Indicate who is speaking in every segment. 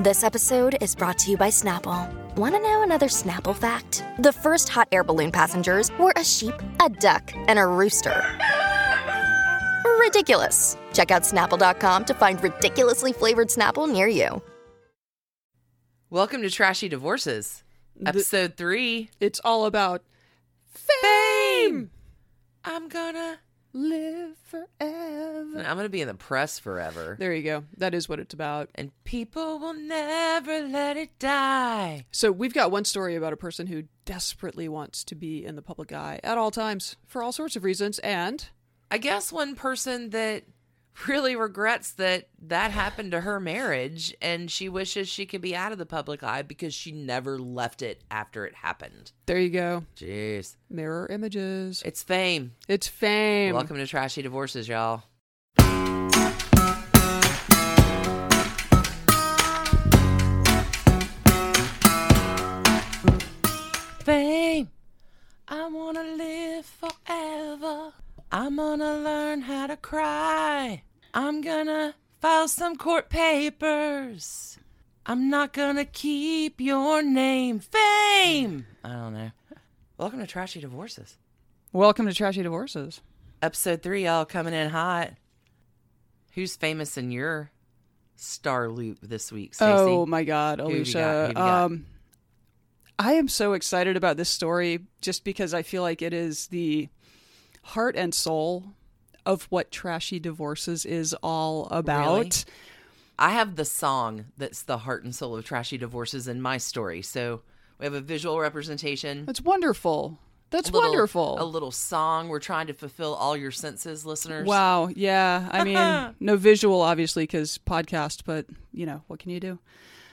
Speaker 1: This episode is brought to you by Snapple. Want to know another Snapple fact? The first hot air balloon passengers were a sheep, a duck, and a rooster. Ridiculous. Check out snapple.com to find ridiculously flavored Snapple near you.
Speaker 2: Welcome to Trashy Divorces, episode three.
Speaker 3: It's all about
Speaker 2: Fame. I'm gonna,
Speaker 3: live forever.
Speaker 2: I'm gonna be in the press forever,
Speaker 3: There you go. That is what it's about.
Speaker 2: and people will never let it die.
Speaker 3: So we've got one story about a person who desperately wants to be in the public eye at all times for all sorts of reasons and
Speaker 2: I guess one person that really regrets that that happened to her marriage, and she wishes she could be out of the public eye because she never left it after it happened.
Speaker 3: there you go.
Speaker 2: Jeez,
Speaker 3: Mirror images.
Speaker 2: it's fame.
Speaker 3: It's fame.
Speaker 2: Welcome to Trashy Divorces, y'all. Fame. I want to live forever. I'm going to learn how to cry. I'm going to file some court papers. I'm not going to keep your name. Fame. I don't know. Welcome to Trashy Divorces.
Speaker 3: Welcome to Trashy Divorces.
Speaker 2: Episode three, y'all coming in hot. Who's famous in your star loop this week, Stacey?
Speaker 3: Oh my god,
Speaker 2: you got? Who
Speaker 3: Alicia.
Speaker 2: you got?
Speaker 3: Um I am so excited about this story just because I feel like it is the heart and soul of what trashy divorces is all about.
Speaker 2: Really? I have the song that's the heart and soul of Trashy Divorces in my story. So we have a visual representation.
Speaker 3: That's wonderful. That's
Speaker 2: a little-
Speaker 3: wonderful.
Speaker 2: A little song. We're trying to fulfill all your senses, listeners.
Speaker 3: Wow. Yeah. I mean, no visual, obviously, because podcast, but you know, what can you do? um,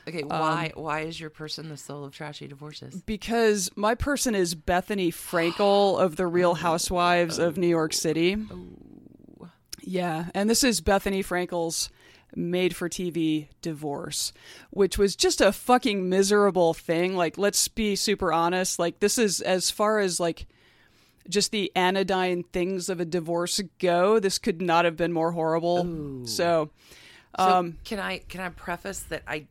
Speaker 2: Okay, why why is your person the soul of Trashy Divorces?
Speaker 3: Because my person is Bethany Frankel of the Real Housewives of New York City. Yeah. And this is Bethany Frankel's made for TV divorce, which was just a fucking miserable thing. Like, let's be super honest. Like, this is as far as like just the anodyne things of a divorce go, this could not have been more horrible. So,
Speaker 2: So
Speaker 3: Um,
Speaker 2: can I can I preface that I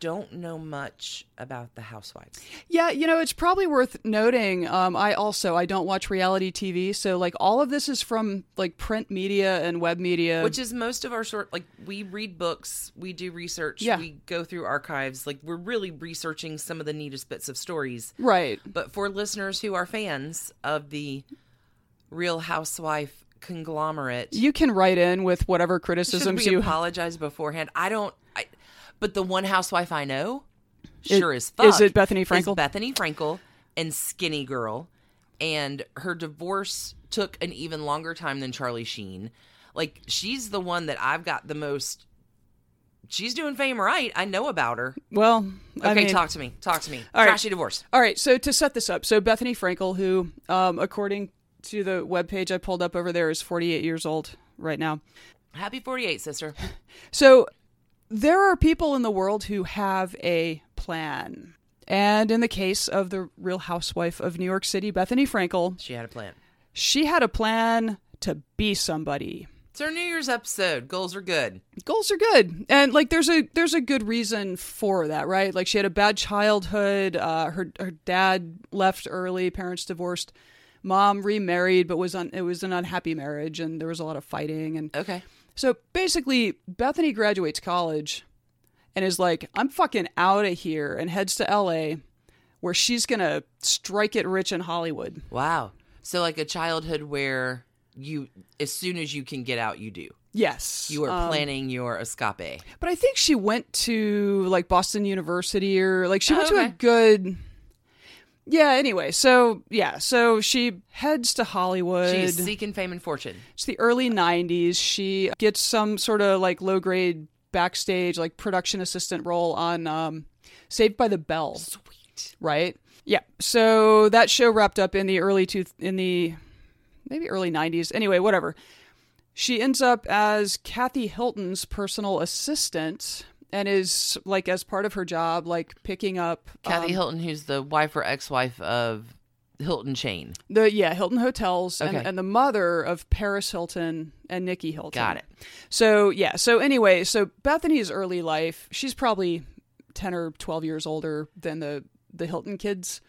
Speaker 2: don't know much about the housewives.
Speaker 3: Yeah, you know, it's probably worth noting. Um, I also I don't watch reality TV, so like all of this is from like print media and web media.
Speaker 2: which is most of our sort like we read books we do research
Speaker 3: Yeah.
Speaker 2: we go through archives like we're really researching some of the neatest bits of stories
Speaker 3: right,
Speaker 2: but for listeners who are fans of the real housewife conglomerate
Speaker 3: you can write in with whatever
Speaker 2: should
Speaker 3: criticisms
Speaker 2: we
Speaker 3: you
Speaker 2: apologize beforehand i don't i but the one housewife i know sure as fuck
Speaker 3: is it Bethany Frankel?
Speaker 2: bethany frankel and skinny girl and her divorce took an even longer time than charlie sheen like she's the one that i've got the most she's doing fame right i know about her
Speaker 3: Well,
Speaker 2: okay
Speaker 3: I mean,
Speaker 2: talk to me talk to me
Speaker 3: All right.
Speaker 2: trashy divorce
Speaker 3: All right, so to set this up, so Bethany Frankel, who, um, according to the webpage I pulled up over there, is 48 years old right now.
Speaker 2: happy 48 sister
Speaker 3: So there are people in the world who have a plan. And in the case of the real housewife of New York City, Bethany Frankel,
Speaker 2: she had a plan
Speaker 3: She had a plan to be somebody.
Speaker 2: it's our new year's episode goals are good
Speaker 3: Goals are good, and like there's a there's a good reason for that, right? Like she had a bad childhood. Uh, her her dad left early, parents divorced, mom remarried, but was un- it was an unhappy marriage, and there was a lot of fighting. And
Speaker 2: okay
Speaker 3: so basically, Bethany graduates college, and is like, I'm fucking out of here, and heads to L.A., where she's gonna strike it rich in Hollywood.
Speaker 2: Wow. So like a childhood where you as soon as you can get out you do.
Speaker 3: Yes,
Speaker 2: You are
Speaker 3: Um,
Speaker 2: planning your escape.
Speaker 3: But I think she went to like Boston University or like she went to a
Speaker 2: okay.
Speaker 3: good. Yeah, anyway. So, yeah. So she heads to Hollywood.
Speaker 2: She is seeking fame and fortune.
Speaker 3: it's the early 90s. She gets some sort of like low grade backstage, like production assistant role on um, Saved by the Bell
Speaker 2: Sweet.
Speaker 3: right? Yeah. So that show wrapped up in the early two in the maybe early 90s. Anyway, whatever. She ends up as Kathy Hilton's personal assistant and is like as part of her job like picking up
Speaker 2: Kathy
Speaker 3: um,
Speaker 2: Hilton, who's the wife or ex-wife of Hilton Chain.
Speaker 3: the yeah, Hilton Hotels
Speaker 2: Okay.
Speaker 3: and, and the mother of Paris Hilton and Nikki Hilton.
Speaker 2: Got it.
Speaker 3: So, yeah. So anyway, so Bethany's early life, she's probably 10 or 12 years older than the, the Hilton kids.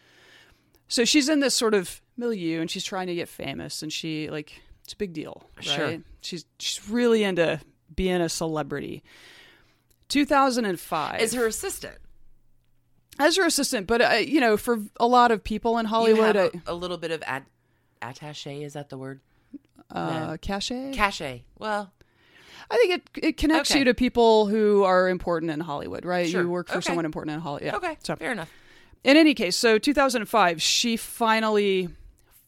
Speaker 3: So she's in this sort of milieu and she's trying to get famous and she, like, it's a big deal, right?
Speaker 2: Sure.
Speaker 3: She's, she's really into being a celebrity. 2005.
Speaker 2: Is her assistant.
Speaker 3: as her assistant, but, uh, you know, for a lot of people in Hollywood,
Speaker 2: You have a, a little bit of at, attache. Is that the word?
Speaker 3: uh, uh, cachet?
Speaker 2: Cache. Well,
Speaker 3: I think it it connects
Speaker 2: Okay.
Speaker 3: you to people who are important in Hollywood, right?
Speaker 2: Sure.
Speaker 3: You work for
Speaker 2: Okay.
Speaker 3: someone important in Hollywood. Yeah.
Speaker 2: okay.
Speaker 3: So,
Speaker 2: Fair enough.
Speaker 3: in any case, so 2005, she finally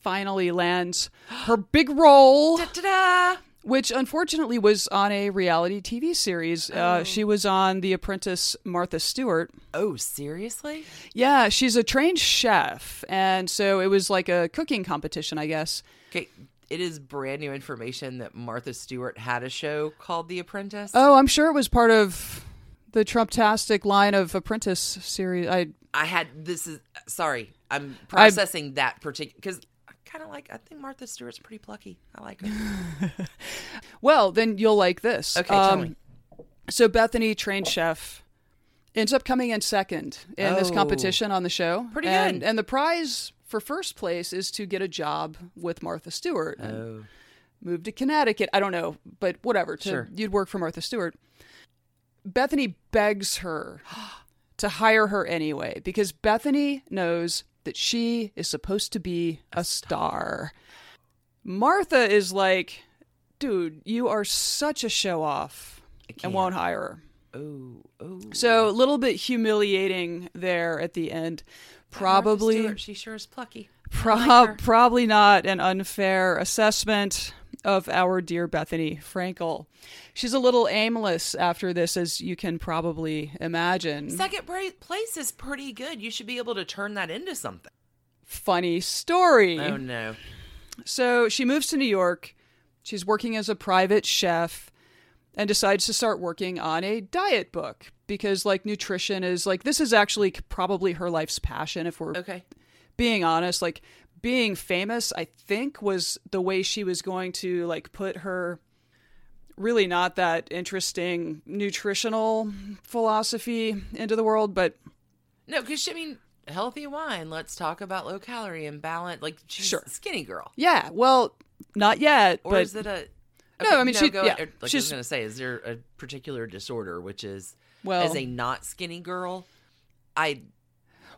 Speaker 3: finally lands her big role,
Speaker 2: Ta-da!
Speaker 3: which unfortunately was on a reality TV series. Uh, she was on The Apprentice Martha Stewart.
Speaker 2: Oh, seriously?
Speaker 3: Yeah, she's a trained chef, and so it was like a cooking competition, I guess.
Speaker 2: Okay. It is brand new information that Martha Stewart had a show called The Apprentice.
Speaker 3: Oh, I'm sure it was part of the Trumptastic line of Apprentice series. I
Speaker 2: I had this is sorry. I'm processing that particular because I kind of like. I think Martha Stewart's pretty plucky. I like her.
Speaker 3: Well, then you'll like this. Um,
Speaker 2: Okay, tell me.
Speaker 3: So Bethany, trained chef, ends up coming in second in this
Speaker 2: Oh.
Speaker 3: competition on the show.
Speaker 2: Pretty
Speaker 3: and,
Speaker 2: good.
Speaker 3: And the prize for first place is to get a job with Martha Stewart. and
Speaker 2: Oh.
Speaker 3: Move to Connecticut. I don't know, but whatever. To,
Speaker 2: Sure.
Speaker 3: You'd work for Martha Stewart. Bethany begs her to hire her anyway because Bethany knows that she is supposed to be a star. Martha is like, dude, you are such a show off and won't hire her.
Speaker 2: Oh. Oh.
Speaker 3: So a little bit humiliating there at the end. Probably
Speaker 2: Martha Stewart, she sure is plucky.
Speaker 3: prob- probably not an unfair assessment of our dear Bethany Frankel. She's a little aimless after this, as you can probably imagine.
Speaker 2: Second bra- place is pretty good. You should be able to turn that into something.
Speaker 3: Funny story.
Speaker 2: Oh no.
Speaker 3: So she moves to New York. She's working as a private chef and decides to start working on a diet book because, like, nutrition is like this is actually probably her life's passion if we're
Speaker 2: Okay.
Speaker 3: being honest like being famous i think was the way she was going to like put her really not that interesting nutritional philosophy into the world but
Speaker 2: No, because I mean, healthy wine. Let's talk about low calorie and balance. Like she's
Speaker 3: Sure.
Speaker 2: a skinny girl,
Speaker 3: yeah well not yet
Speaker 2: or
Speaker 3: but
Speaker 2: is it a?
Speaker 3: No, I mean, she-
Speaker 2: go-
Speaker 3: yeah,
Speaker 2: or, like I
Speaker 3: she's-
Speaker 2: was gonna say, is there a particular disorder which is
Speaker 3: Well-
Speaker 2: as a not skinny girl? I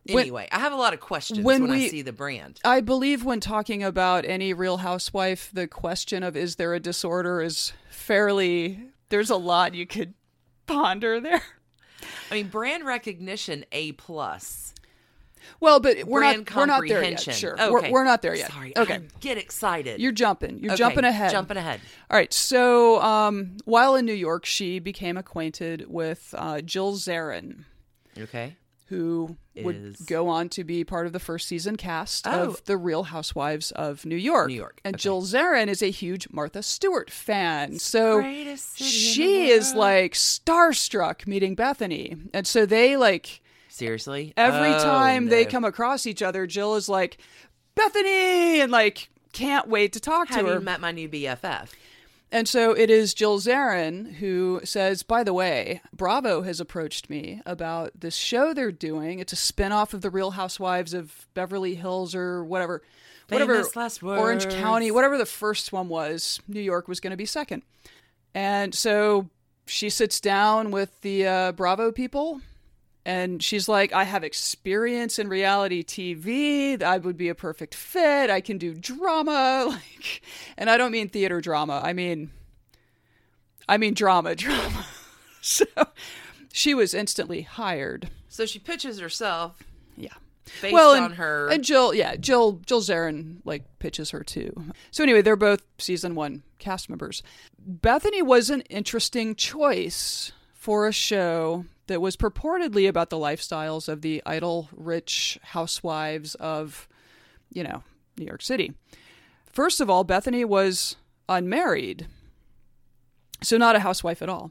Speaker 3: When-
Speaker 2: anyway, I have a lot of questions
Speaker 3: when
Speaker 2: when,
Speaker 3: we-
Speaker 2: I see the brand.
Speaker 3: I believe when talking about any real housewife, the question of is there a disorder is fairly, there's a lot you could ponder there.
Speaker 2: I mean, brand recognition A plus.
Speaker 3: Well, but we're
Speaker 2: brand
Speaker 3: not, we're not there yet.
Speaker 2: comprehension.
Speaker 3: Sure.
Speaker 2: Okay.
Speaker 3: We're, we're not there yet.
Speaker 2: Sorry.
Speaker 3: Okay.
Speaker 2: I get excited.
Speaker 3: You're jumping. You're
Speaker 2: Okay,
Speaker 3: jumping ahead.
Speaker 2: Jumping ahead.
Speaker 3: All right. So um, while in New York, she became acquainted with uh, Jill Zarin,
Speaker 2: Okay.
Speaker 3: who
Speaker 2: Is-
Speaker 3: would go on to be part of the first season cast
Speaker 2: Oh.
Speaker 3: of The Real Housewives of New York.
Speaker 2: New York,
Speaker 3: And
Speaker 2: okay.
Speaker 3: Jill Zarin is a huge Martha Stewart fan. So
Speaker 2: Greatest city in
Speaker 3: she
Speaker 2: the
Speaker 3: is
Speaker 2: world.
Speaker 3: like starstruck meeting Bethany. And so they like
Speaker 2: Seriously.
Speaker 3: every
Speaker 2: Oh,
Speaker 3: time they
Speaker 2: no.
Speaker 3: come across each other, Jill is like, Bethany, and like can't wait to talk
Speaker 2: Have
Speaker 3: to her.
Speaker 2: you met my new BFF?
Speaker 3: And so it is Jill Zarin who says, by the way, Bravo has approached me about this show they're doing. It's a spinoff of The Real Housewives of Beverly Hills or whatever. Whatever
Speaker 2: Famous last
Speaker 3: Orange
Speaker 2: words.
Speaker 3: County, whatever the first one was, New York was going to be second. And so she sits down with the uh, Bravo people and she's like, I have experience in reality TV. I would be a perfect fit. I can do drama. Like, and I don't mean theater drama. I mean, I mean drama, drama. so she was instantly hired.
Speaker 2: So she pitches herself
Speaker 3: Yeah.
Speaker 2: based on her.
Speaker 3: and Jill, yeah, Jill, Jill Zarin like pitches her too. So anyway, they're both season one cast members. Bethany was an interesting choice for a show that was purportedly about the lifestyles of the idle, rich housewives of, you know, New York City. First of all, Bethany was unmarried, so not a housewife at all.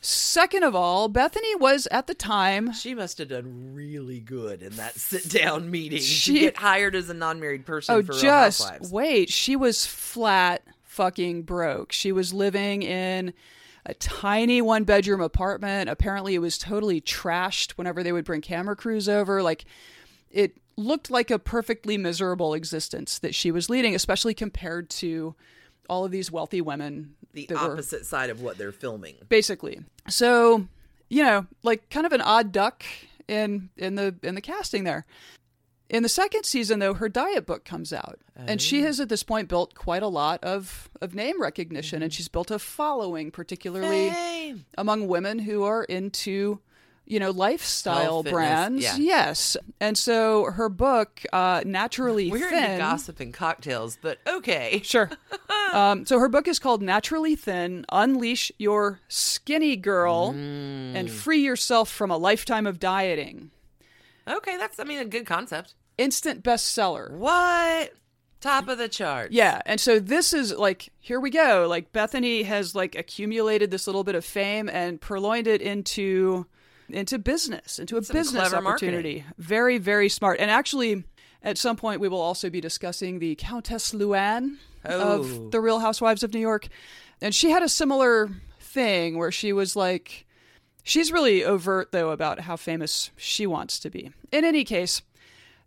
Speaker 3: Second of all, Bethany was at the time
Speaker 2: she must have done really good in that sit down meeting
Speaker 3: She-
Speaker 2: to get hired as a non married person
Speaker 3: Oh,
Speaker 2: for
Speaker 3: just
Speaker 2: Real Housewives.
Speaker 3: wait. She was flat fucking broke. She was living in a tiny one bedroom apartment. Apparently, it was totally trashed whenever they would bring camera crews over. Like, it looked like a perfectly miserable existence that she was leading, especially compared to all of these wealthy women.
Speaker 2: The
Speaker 3: that were,
Speaker 2: opposite side of what they're filming.
Speaker 3: basically. So, you know, like kind of an odd duck in in the in the casting there. In the second season, though, her diet book comes out, and
Speaker 2: Oh.
Speaker 3: she has at this point built quite a lot of of name recognition,
Speaker 2: Mm-hmm.
Speaker 3: and she's built a following, particularly
Speaker 2: Eh.
Speaker 4: Fame.
Speaker 3: among women who are into you know lifestyle
Speaker 2: Health, fitness,
Speaker 3: brands
Speaker 2: yeah.
Speaker 3: yes and so her book uh naturally
Speaker 2: We're
Speaker 3: thin
Speaker 2: into gossip and cocktails, but okay.
Speaker 3: sure um, so her book is called naturally thin unleash your skinny girl and free yourself from a lifetime of dieting
Speaker 2: Okay, that's I mean a good concept.
Speaker 3: instant bestseller
Speaker 2: What? Top of the chart.
Speaker 3: Yeah, and so this is like here we go. Like Bethany has like accumulated this little bit of fame and purloined it into into business, into a business
Speaker 2: clever marketing.
Speaker 3: opportunity. Very very smart. And actually at some point we will also be discussing the Countess Luann
Speaker 2: Oh.
Speaker 3: of The Real Housewives of New York. And she had a similar thing where she was like she's really overt though about how famous she wants to be. In any case,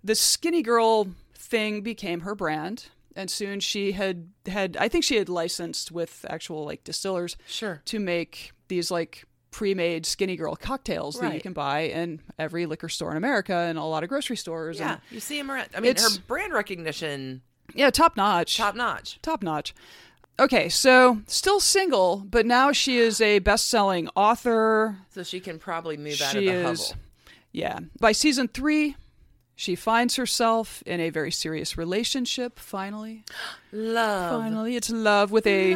Speaker 3: the skinny girl thing became her brand and soon she had had i think she had licensed with actual like distillers
Speaker 2: Sure.
Speaker 3: to make these like pre-made skinny girl cocktails that you
Speaker 2: Right.
Speaker 3: can buy in every liquor store in america and a lot of grocery stores
Speaker 2: Yeah.
Speaker 3: and
Speaker 2: You see him around. I mean,
Speaker 3: It's-
Speaker 2: her brand recognition,
Speaker 3: yeah top notch
Speaker 2: top notch.
Speaker 3: top notch okay so still single but now she is a best-selling author
Speaker 2: So she can probably move out
Speaker 3: she
Speaker 2: of the
Speaker 3: is
Speaker 2: hovel.
Speaker 3: yeah by season three she finds herself in a very serious relationship finally
Speaker 2: Love.
Speaker 3: Finally, it's love with a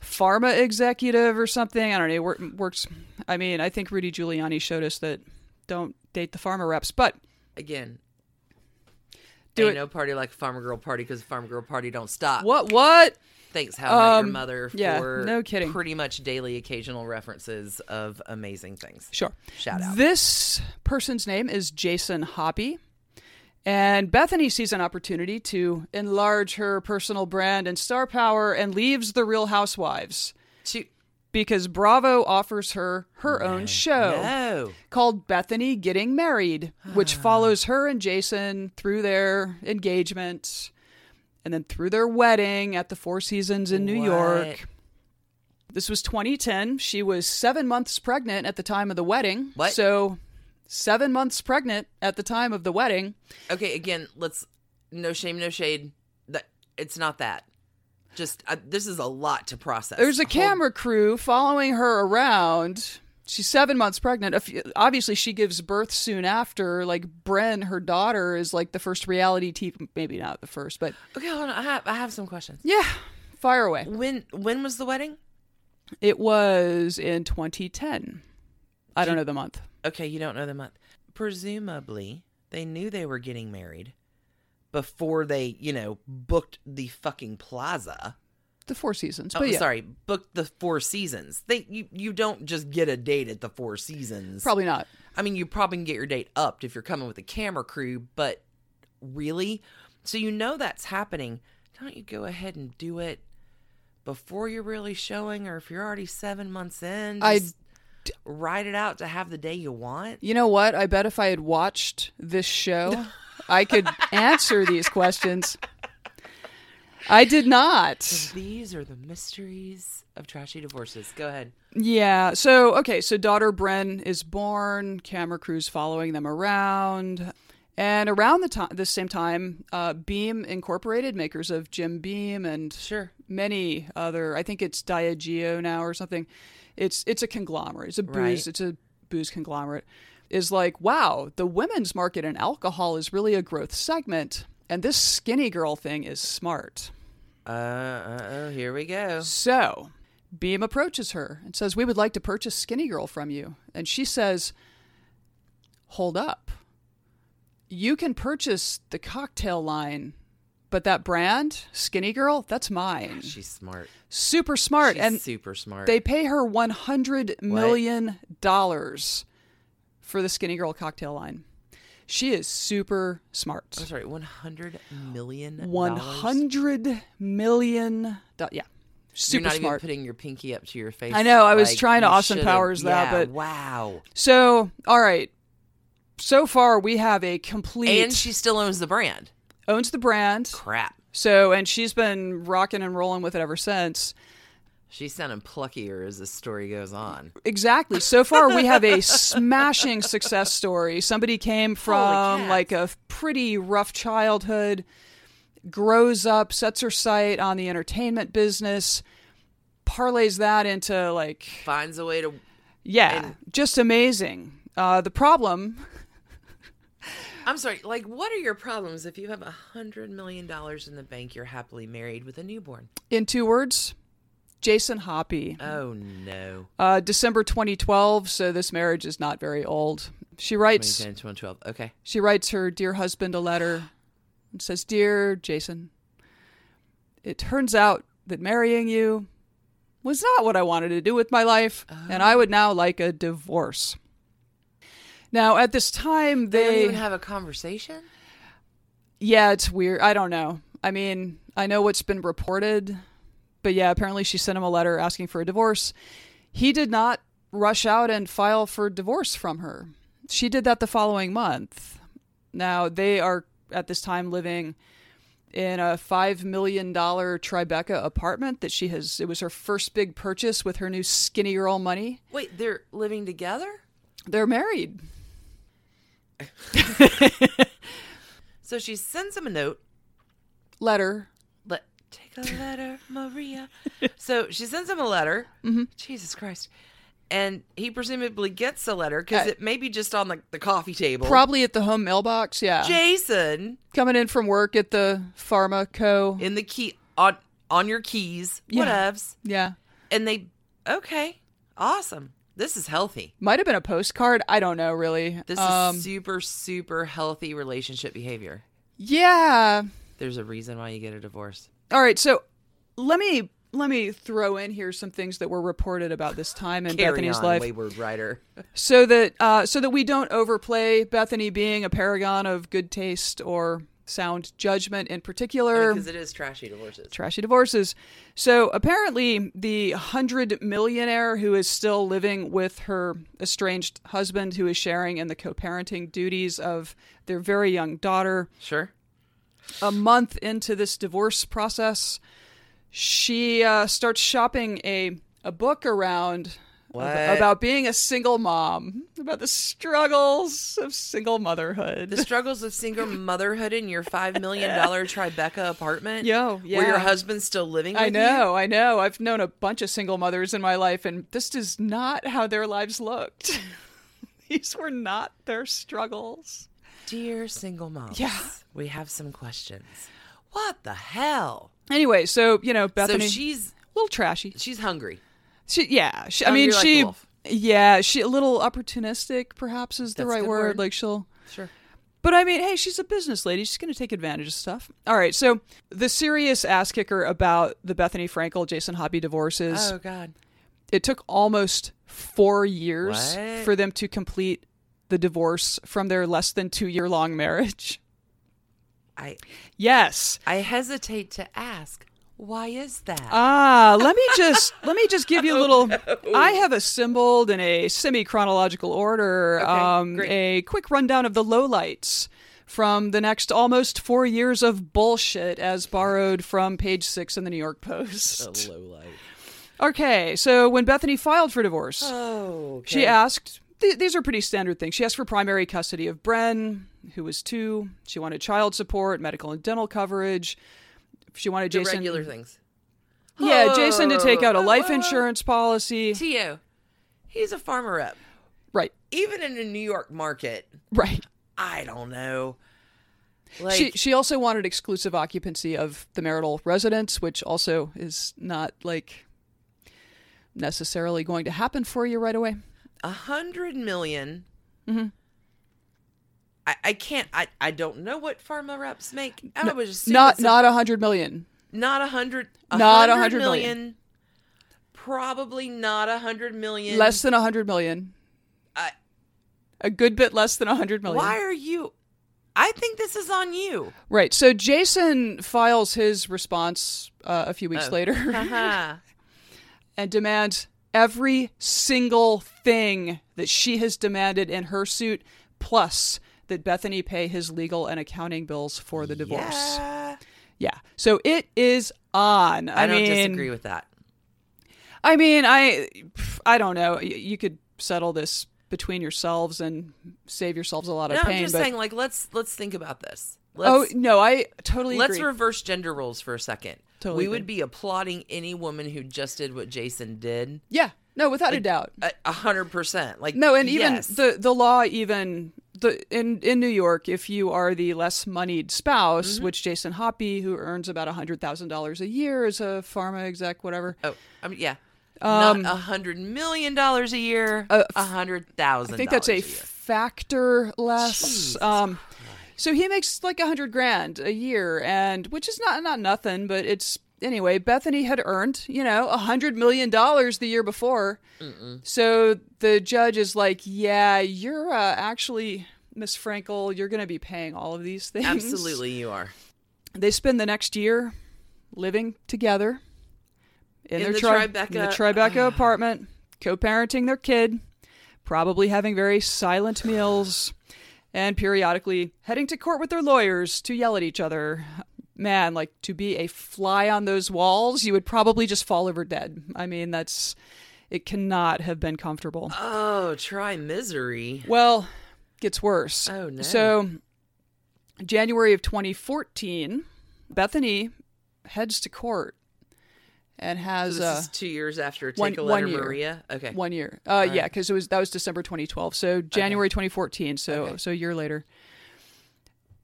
Speaker 3: pharma executive or something. I don't know. It works. I mean, I think Rudy Giuliani showed us that don't date the pharma reps, but
Speaker 2: Again.
Speaker 3: Do
Speaker 2: Ain't
Speaker 3: it.
Speaker 2: no party like a farmer girl party because farmer girl party don't stop.
Speaker 3: what? What?
Speaker 2: Thanks, How I Met Your
Speaker 3: Um,
Speaker 2: Mother,
Speaker 3: yeah,
Speaker 2: for
Speaker 3: no kidding.
Speaker 2: pretty much daily occasional references of amazing things.
Speaker 3: Sure.
Speaker 2: Shout out.
Speaker 3: This person's name is Jason Hoppy. And Bethany sees an opportunity to enlarge her personal brand and star power and leaves The Real Housewives
Speaker 2: She-
Speaker 3: because Bravo offers her her own show.
Speaker 2: no.
Speaker 3: called Bethany Getting Married, which
Speaker 2: Ah.
Speaker 3: follows her and Jason through their engagement and then through their wedding at the Four Seasons in New
Speaker 2: What?
Speaker 3: York. This was 2010. She was seven months pregnant at the time of the wedding.
Speaker 2: What?
Speaker 3: So, seven months pregnant at the time of the wedding.
Speaker 2: Okay, again, let's no shame, no shade. That it's not that. Just I, this is a lot to process.
Speaker 3: There's a
Speaker 2: whole-
Speaker 3: camera crew following her around. She's seven months pregnant. A few- Obviously, she gives birth soon after. Like, Bren, her daughter, is like the first reality TV, maybe not the first, but
Speaker 2: Okay, hold on. I have I have some questions.
Speaker 3: Yeah, fire away.
Speaker 2: When when was the wedding?
Speaker 3: It was in 2010. I don't know the month.
Speaker 2: Okay, you don't know the month. Presumably, they knew they were getting married before they, you know, booked the fucking plaza.
Speaker 3: The Four Seasons.
Speaker 2: Oh,
Speaker 3: But yeah,
Speaker 2: sorry, booked the Four Seasons. They you you don't just get a date at the Four Seasons.
Speaker 3: Probably not.
Speaker 2: I mean, you probably can get your date upped if you're coming with a camera crew, but really? So you know that's happening. Don't you go ahead and do it before you're really showing or if you're already seven months in?
Speaker 3: I-
Speaker 2: Just write it out to have the day you want.
Speaker 3: You know what? I bet if I had watched this show, I could answer these questions. I did not.
Speaker 2: These are the mysteries of trashy divorces. Go ahead.
Speaker 3: Yeah. So, okay. So, daughter Bren is born, camera crews following them around. And around the time, this same time, uh, Beam Incorporated, makers of Jim Beam and
Speaker 2: Sure.
Speaker 3: many other i think it's diageo now or something it's it's a conglomerate it's a booze
Speaker 2: Right.
Speaker 3: it's a booze conglomerate is like wow the women's market in alcohol is really a growth segment and this skinny girl thing is smart
Speaker 2: Uh, uh, oh, here we go.
Speaker 3: so beam approaches her and says we would like to purchase skinny girl from you and she says hold up you can purchase the cocktail line but that brand skinny girl that's mine
Speaker 2: She's smart.
Speaker 3: super smart
Speaker 2: She's
Speaker 3: and
Speaker 2: super smart.
Speaker 3: they pay her one hundred million dollars for the Skinny Girl cocktail line. She is super
Speaker 2: I'm
Speaker 3: smart.
Speaker 2: Oh, sorry, $100 million?
Speaker 3: One hundred million. Do- yeah. Super
Speaker 2: You're not
Speaker 3: smart.
Speaker 2: even putting your pinky up to your face.
Speaker 3: I know, I was trying to
Speaker 2: you
Speaker 3: Austin
Speaker 2: should've.
Speaker 3: Powers that,
Speaker 2: Yeah,
Speaker 3: but-
Speaker 2: wow.
Speaker 3: so, all right. So far, we have a complete
Speaker 2: And she still owns the brand.
Speaker 3: owns the brand.
Speaker 2: Crap.
Speaker 3: So, and she's been rocking and rolling with it ever since.
Speaker 2: She's sounding pluckier as this story goes on.
Speaker 3: Exactly. So far, we have a smashing success story. Somebody came from
Speaker 2: cats.
Speaker 3: like a pretty rough childhood, grows up, sets her sight on the entertainment business, parlays that into like,
Speaker 2: Finds a way to.
Speaker 3: yeah, just amazing. Uh, the problem
Speaker 2: I'm sorry. Like, what are your problems if you have a hundred million dollars in the bank? You're happily married with a newborn.
Speaker 3: in two words Jason Hoppy.
Speaker 2: Oh no.
Speaker 3: Uh, December 2012, so this marriage is not very old. She writes.
Speaker 2: 2010, 2012. Okay.
Speaker 3: She writes her dear husband a letter and says, Dear Jason, it turns out that marrying you was not what I wanted to do with my life, and
Speaker 2: Oh.
Speaker 3: I would now like a divorce. Now, at this time,
Speaker 2: They don't
Speaker 3: they.
Speaker 2: even have a conversation.
Speaker 3: yeah, it's weird. I don't know. I mean, I know what's been reported, but yeah, apparently she sent him a letter asking for a divorce. He did not rush out and file for divorce from her. She did that the following month. Now, they are at this time living in a $5 million Tribeca apartment that she has, it was her first big purchase with her new skinny girl money.
Speaker 2: Wait, they're living together.
Speaker 3: They're married.
Speaker 2: So she sends him a note.
Speaker 3: Letter.
Speaker 2: Let take a letter, Maria. so she sends him a letter.
Speaker 3: Mm-hmm.
Speaker 2: Jesus Christ. And he presumably gets a letter because
Speaker 3: Uh,
Speaker 2: it may be just on the, the coffee table.
Speaker 3: Probably at the home mailbox, yeah.
Speaker 2: Jason
Speaker 3: Coming in from work at the pharma co.
Speaker 2: in the key on on your keys,
Speaker 3: Yeah.
Speaker 2: whatevs.
Speaker 3: Yeah.
Speaker 2: And they okay, awesome. This is healthy.
Speaker 3: Might have been a postcard. I don't know really.
Speaker 2: This
Speaker 3: Um,
Speaker 2: is super super healthy relationship behavior.
Speaker 3: yeah.
Speaker 2: There's a reason why you get a divorce.
Speaker 3: All right. So let me let me throw in here some things that were reported about this time in
Speaker 2: Carry
Speaker 3: Bethany's
Speaker 2: on,
Speaker 3: life,
Speaker 2: wayward writer.
Speaker 3: so that uh, so that we don't overplay Bethany being a paragon of good taste or sound judgment in particular.
Speaker 2: Because it is trashy divorces.
Speaker 3: trashy divorces. So apparently, the hundred millionaire who is still living with her estranged husband, who is sharing in the co-parenting duties of their very young daughter,
Speaker 2: Sure.
Speaker 3: a month into this divorce process, she uh, starts shopping a a book around.
Speaker 2: What?
Speaker 3: About being a single mom, about the struggles of single motherhood.
Speaker 2: The struggles of single motherhood in your five million dollar Tribeca apartment.
Speaker 3: Yo,
Speaker 2: Where
Speaker 3: yeah.
Speaker 2: your husband's still living with
Speaker 3: I
Speaker 2: you?
Speaker 3: know, I know. I've known a bunch of single mothers in my life, and this is not how their lives looked. These were not their struggles.
Speaker 2: Dear single moms.
Speaker 3: Yeah.
Speaker 2: We have some questions. What the hell?
Speaker 3: Anyway, so you know, Bethany,
Speaker 2: So she's
Speaker 3: a little trashy.
Speaker 2: she's hungry.
Speaker 3: She, yeah, she, I
Speaker 2: Hungry
Speaker 3: mean,
Speaker 2: Oh, like
Speaker 3: she,
Speaker 2: a wolf.
Speaker 3: yeah, she a little opportunistic, perhaps is the
Speaker 2: That's a
Speaker 3: right
Speaker 2: good
Speaker 3: word.
Speaker 2: word.
Speaker 3: Like she'll.
Speaker 2: Sure.
Speaker 3: But I mean, hey, she's a business lady. She's going to take advantage of stuff. All right. So, the serious ass kicker about the Bethany Frankel Jason Hobby divorce is
Speaker 2: Oh God.
Speaker 3: it took almost four years
Speaker 2: What?
Speaker 3: for them to complete the divorce from their less than two year long marriage.
Speaker 2: I
Speaker 3: Yes.
Speaker 2: I hesitate to ask. Why is that?
Speaker 3: Ah, let me just let me just give you a little.
Speaker 2: Oh,
Speaker 3: I have assembled in a semi chronological order um,
Speaker 2: great.
Speaker 3: a quick rundown of the lowlights from the next almost four years of bullshit, as borrowed from page six in the New York Post.
Speaker 2: low light.
Speaker 3: Okay, so when Bethany filed for divorce,
Speaker 2: Oh.
Speaker 3: She asked, th- these are pretty standard things. She asked for primary custody of Bren, who was two. She wanted child support, medical and dental coverage. She wanted
Speaker 2: The
Speaker 3: Jason.
Speaker 2: regular things.
Speaker 3: Yeah, Jason to take out a
Speaker 2: Whoa,
Speaker 3: life
Speaker 2: whoa, whoa.
Speaker 3: insurance policy.
Speaker 2: Tio, he's a farmer rep.
Speaker 3: Right,
Speaker 2: Even in the New York market,
Speaker 3: right.
Speaker 2: I don't know. Like
Speaker 3: she she also wanted exclusive occupancy of the marital residence, which also is not like necessarily going to happen for you right away.
Speaker 2: a hundred million.
Speaker 3: Mm-hmm.
Speaker 2: I, I can't. I, I don't know what pharma reps make. I would just
Speaker 3: Not not a hundred million.
Speaker 2: not a hundred. a
Speaker 3: Not a
Speaker 2: hundred
Speaker 3: hundred million.
Speaker 2: million. Probably not a hundred million.
Speaker 3: Less than a hundred million.
Speaker 2: I-
Speaker 3: a good bit less than a hundred million.
Speaker 2: Why are you? I think this is on you.
Speaker 3: Right. So Jason files his response uh, a few
Speaker 2: Oh.
Speaker 3: weeks later
Speaker 2: Haha.
Speaker 3: and demands every single thing that she has demanded in her suit, plus that Bethany pay his legal and accounting bills for the divorce.
Speaker 2: Yeah.
Speaker 3: Yeah. So it is on. I,
Speaker 2: I don't
Speaker 3: mean,
Speaker 2: disagree with that.
Speaker 3: I mean, I, I don't know. Y- You could settle this between yourselves and save yourselves a lot of
Speaker 2: No,
Speaker 3: pain.
Speaker 2: I'm just
Speaker 3: but-
Speaker 2: saying, like, let's let's think about this.
Speaker 3: oh
Speaker 2: Let's,
Speaker 3: no, I totally
Speaker 2: let's
Speaker 3: agree.
Speaker 2: reverse gender roles for a second.
Speaker 3: Totally
Speaker 2: we would
Speaker 3: agree.
Speaker 2: be applauding any woman who just did what Jason did.
Speaker 3: yeah. No, without a doubt.
Speaker 2: A a hundred percent. Like
Speaker 3: No, and even
Speaker 2: yes.
Speaker 3: the the law even the in in New York, if you are the less moneyed spouse,
Speaker 2: Mm-hmm.
Speaker 3: which Jason Hoppy, who earns about hundred thousand dollars a year, is a pharma exec, whatever.
Speaker 2: Oh, I mean, yeah.
Speaker 3: Um,
Speaker 2: Not a hundred million dollars a year. A hundred thousand.
Speaker 3: uh, I think that's a factor less. Um, so he makes like a hundred grand a year, and which is not not nothing, but it's anyway. Bethany had earned you know a hundred million dollars the year before, so the judge is like, "Yeah, you're uh, actually." Miss Frankel, you're going to be paying all of these things.
Speaker 2: Absolutely, you are
Speaker 3: They spend the next year living together in,
Speaker 2: In
Speaker 3: their
Speaker 2: the
Speaker 3: tri-
Speaker 2: Tribeca-
Speaker 3: in the Tribeca apartment, co-parenting their kid, probably having very silent meals, and periodically heading to court with their lawyers to yell at each other. Man, like to be a fly on those walls, you would probably just fall over dead. I mean, that's it cannot have been comfortable.
Speaker 2: Oh, try misery.
Speaker 3: Well, gets worse.
Speaker 2: Oh, no.
Speaker 3: So, January of 2014, Bethany heads to court and
Speaker 2: So
Speaker 3: has
Speaker 2: this
Speaker 3: uh,
Speaker 2: is two years after Take
Speaker 3: one-
Speaker 2: a Letter,
Speaker 3: one year.
Speaker 2: Maria. Okay.
Speaker 3: one year. Uh, Yeah, because it was that was December 2012. So January 2014. So so a year later,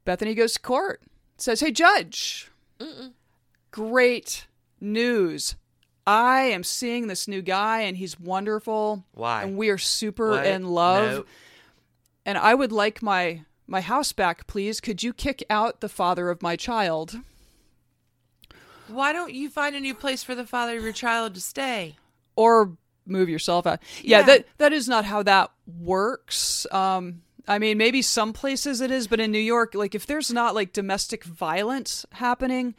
Speaker 3: Bethany goes to court. Says, "Hey, judge, great news." I am seeing this new guy and he's wonderful.
Speaker 2: Why?
Speaker 3: And we are super
Speaker 2: What?
Speaker 3: in love
Speaker 2: Nope.
Speaker 3: and I would like my my house back, please. Could you kick out the father of my child?
Speaker 2: Why don't you find a new place for the father of your child to stay?
Speaker 3: or move yourself out. Yeah,
Speaker 2: Yeah.
Speaker 3: that that is not how that works. Um I mean, maybe some places it is, but in New York, like if there's not like domestic violence happening,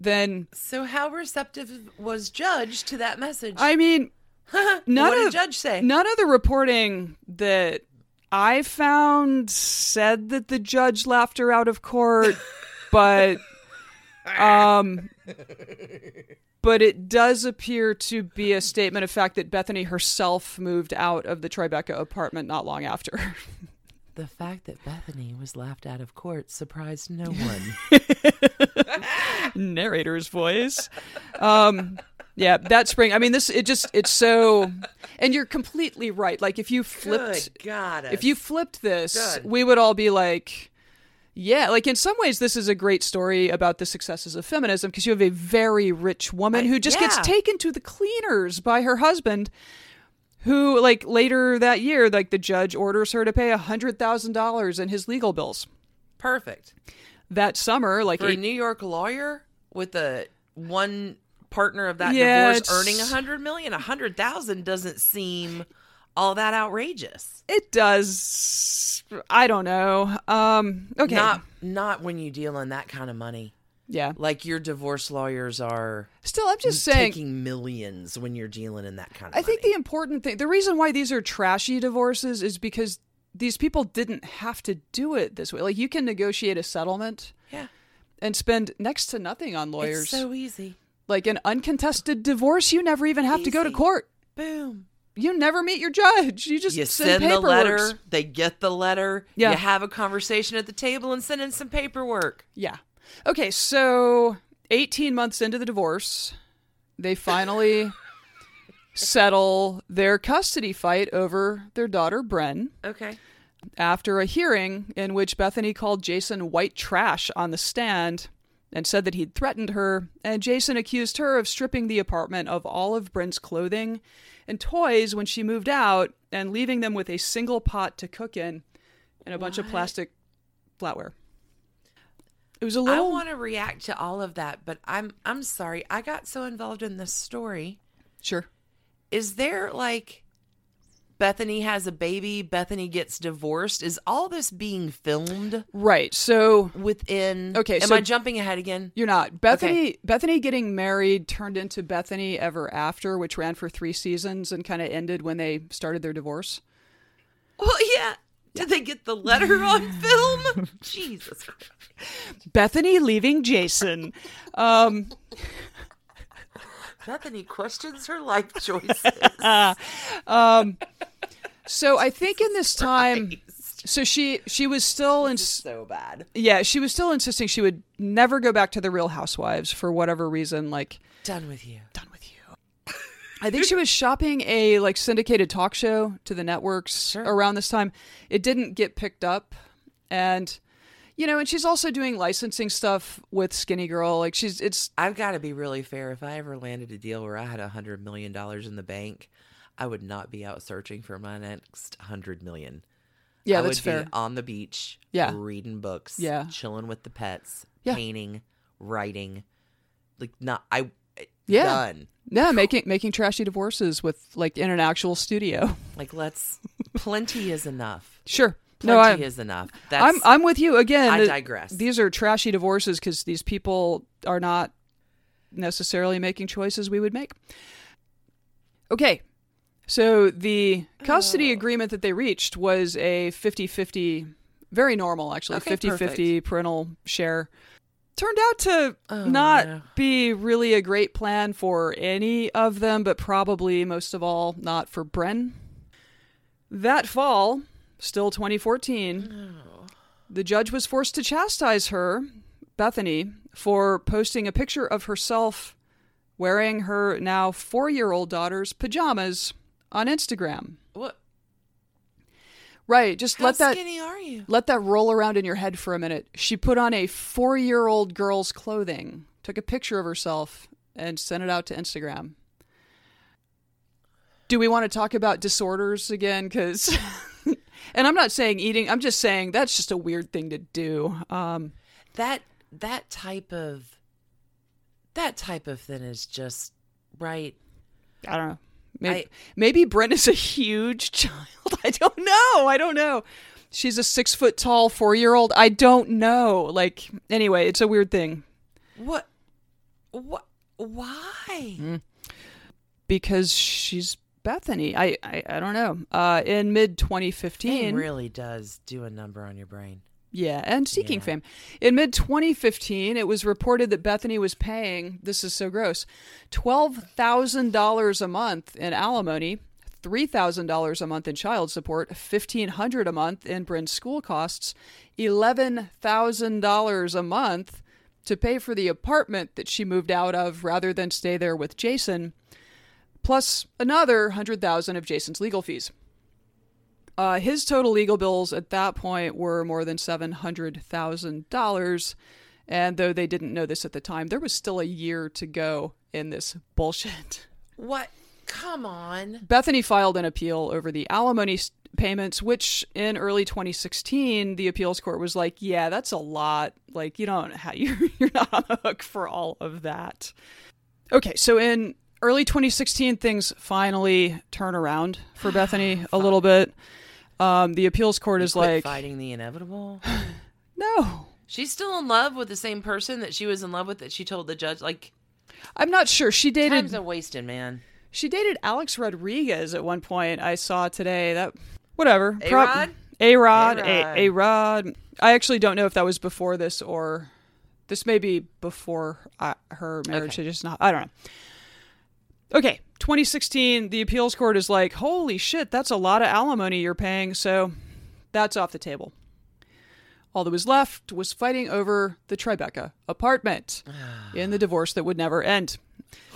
Speaker 3: then
Speaker 2: So, how receptive was Judge to that message?
Speaker 3: I mean, none
Speaker 2: what did
Speaker 3: of
Speaker 2: Judge say?
Speaker 3: none of the reporting that I found said that the judge laughed her out of court, but um but it does appear to be a statement of fact that Bethany herself moved out of the Tribeca apartment not long after.
Speaker 2: The fact that Bethany was laughed out of court surprised no one.
Speaker 3: narrator's voice. Um, yeah, that spring. I mean, this it just it's so, and you're completely right. Like if you flipped,
Speaker 2: Good God.
Speaker 3: if you flipped this,
Speaker 2: Good.
Speaker 3: we would all be like, yeah. Like in some ways, this is a great story about the successes of feminism because you have a very rich woman
Speaker 2: I-
Speaker 3: who just
Speaker 2: yeah.
Speaker 3: gets taken to the cleaners by her husband. Who like later that year, like the judge orders her to pay a hundred thousand dollars in his legal bills.
Speaker 2: Perfect.
Speaker 3: That summer, like
Speaker 2: For a
Speaker 3: eight-
Speaker 2: New York lawyer with a one partner of that
Speaker 3: Yeah,
Speaker 2: divorce
Speaker 3: it's-
Speaker 2: earning a hundred million, a hundred thousand doesn't seem all that outrageous.
Speaker 3: It does. I don't know. Um, okay.
Speaker 2: Not not when you deal in that kind of money.
Speaker 3: yeah.
Speaker 2: Like your divorce lawyers are
Speaker 3: Still, I'm just saying.
Speaker 2: taking millions when you're dealing in that kind of
Speaker 3: I think
Speaker 2: money.
Speaker 3: the important thing, the reason why these are trashy divorces is because these people didn't have to do it this way. Like you can negotiate a settlement
Speaker 2: yeah.
Speaker 3: and spend next to nothing on lawyers.
Speaker 2: It's so easy.
Speaker 3: like an uncontested divorce, you never even have to go to
Speaker 2: Easy.
Speaker 3: court.
Speaker 2: Boom.
Speaker 3: You never meet your judge. You just
Speaker 2: You
Speaker 3: send,
Speaker 2: send, the
Speaker 3: paperwork.
Speaker 2: letter, they get the letter,
Speaker 3: Yeah.
Speaker 2: you have a conversation at the table and send in some paperwork.
Speaker 3: Yeah. Okay, so 18 months into the divorce, they finally settle their custody fight over their daughter, Bren,
Speaker 2: Okay.
Speaker 3: after a hearing in which Bethany called Jason white trash on the stand and said that he'd threatened her, and Jason accused her of stripping the apartment of all of Bren's clothing and toys when she moved out and leaving them with a single pot to cook in and a bunch of plastic flatware. It was a
Speaker 2: I
Speaker 3: little
Speaker 2: want to react to all of that, but I'm I'm sorry. I got so involved in this story.
Speaker 3: Sure.
Speaker 2: Is there like Bethany has a baby, Bethany gets divorced. Is all this being filmed
Speaker 3: Right. So
Speaker 2: within
Speaker 3: Okay,
Speaker 2: Am
Speaker 3: so-
Speaker 2: I jumping ahead again?
Speaker 3: You're not. Bethany Bethany getting married turned into Bethany Ever After, which ran for 3 seasons and kind of ended when they started their divorce.
Speaker 2: Well, yeah. Did they get the letter on film? Jesus. Christ.
Speaker 3: Bethany leaving Jason. um
Speaker 2: Bethany questions her life choices.
Speaker 3: so I think in this time so she she was still in
Speaker 2: so bad.
Speaker 3: yeah, she was still insisting she would never go back to the Real Housewives for whatever reason like
Speaker 2: Done with you.
Speaker 3: done with you. I think she was shopping a like syndicated talk show to the networks around this time. It didn't get picked up and you know, and she's also doing licensing stuff with Skinny Girl. Like she's it's
Speaker 2: I've got to be really fair. If I ever landed a deal where I had a hundred million dollars in the bank, I would not be out searching for my next hundred million.
Speaker 3: yeah,
Speaker 2: I
Speaker 3: that's
Speaker 2: would
Speaker 3: fair.
Speaker 2: Be on the beach,
Speaker 3: Yeah.
Speaker 2: reading books,
Speaker 3: Yeah.
Speaker 2: chilling with the pets,
Speaker 3: Yeah.
Speaker 2: painting, writing, like not I. eh,
Speaker 3: Yeah.
Speaker 2: done.
Speaker 3: yeah, making making trashy divorces with like in an actual studio.
Speaker 2: Like let's. plenty is enough.
Speaker 3: Sure.
Speaker 2: Plenty
Speaker 3: no, I,
Speaker 2: is enough. That's
Speaker 3: I'm I'm with you again.
Speaker 2: I
Speaker 3: th-
Speaker 2: digress.
Speaker 3: These are trashy divorces because these people are not necessarily making choices we would make. Okay. So the
Speaker 2: Oh.
Speaker 3: custody agreement that they reached was a 50-50 very normal actually
Speaker 2: Okay,
Speaker 3: 50-50 parental share. Turned out to
Speaker 2: Oh,
Speaker 3: not
Speaker 2: no.
Speaker 3: be really a great plan for any of them, but probably most of all not for Bren. That fall, still 2014,
Speaker 2: Oh.
Speaker 3: the judge was forced to chastise her, Bethany, for posting a picture of herself wearing her now four year old daughter's pajamas on Instagram.
Speaker 2: what.
Speaker 3: Right, just
Speaker 2: How
Speaker 3: let that
Speaker 2: skinny are you?
Speaker 3: let that roll around in your head for a minute. She put on a four year old girl's clothing, took a picture of herself, and sent it out to Instagram. Do we want to talk about disorders again? Because, and I'm not saying eating, I'm just saying that's just a weird thing to do. Um,
Speaker 2: that that type of that type of thing is just right
Speaker 3: I don't know. Maybe,
Speaker 2: I-
Speaker 3: maybe Brent is a huge child. I don't know. I don't know. She's a six foot tall four year old. I don't know. Like, anyway, it's a weird thing.
Speaker 2: what what why
Speaker 3: Mm-hmm. because she's Bethany. I I, I don't know. Uh, in mid
Speaker 2: it
Speaker 3: 2015,
Speaker 2: really does do a number on your brain
Speaker 3: yeah, and seeking fame. In mid 2015, it was reported that Bethany was paying. This is so gross. Twelve thousand dollars a month in alimony. Three thousand dollars a month in child support, fifteen hundred a month in Bryn's school costs, eleven thousand dollars a month to pay for the apartment that she moved out of rather than stay there with Jason. plus another 100,000 of Jason's legal fees. Uh, his total legal bills at that point were more than $700,000. And though they didn't know this at the time, there was still a year to go in this bullshit.
Speaker 2: what come on
Speaker 3: Bethany filed an appeal over the alimony s- payments, which in early 2016, the appeals court was like, "Yeah, that's a lot. Like, you don't ha- you're you're not on the hook for all of that." Okay, so in early 2016, things finally turn around for Bethany a little bit. Um, the appeals court is
Speaker 2: Quit
Speaker 3: like,
Speaker 2: fighting the inevitable
Speaker 3: "No,
Speaker 2: she's still in love with the same person that she was in love with that she told the judge like
Speaker 3: I'm not sure." She dated
Speaker 2: time's a wasted man
Speaker 3: She dated Alex Rodriguez at one point. I saw today that whatever.
Speaker 2: A-Rod?
Speaker 3: A Rod.
Speaker 2: A-Rod.
Speaker 3: A A Rod. I actually don't know if that was before this or this may be before uh, her marriage. I just not. I don't know. Okay, 2016. The appeals court is like, holy shit, that's a lot of alimony you're paying. So that's off the table. All that was left was fighting over the Tribeca apartment in the divorce that would never end.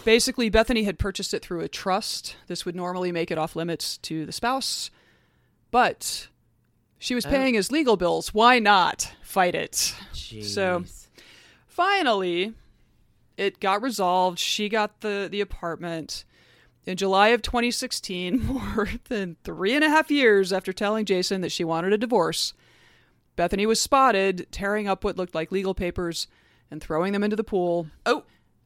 Speaker 3: Basically, Bethany had purchased it through a trust. This would normally make it off limits to the spouse, but she was paying his legal bills. Why not fight it?
Speaker 2: Jeez.
Speaker 3: So- Finally, it got resolved. She got the, the apartment. In July of 2016, more than three and a half years after telling Jason that she wanted a divorce, Bethany was spotted tearing up what looked like legal papers and throwing them into the pool
Speaker 2: oh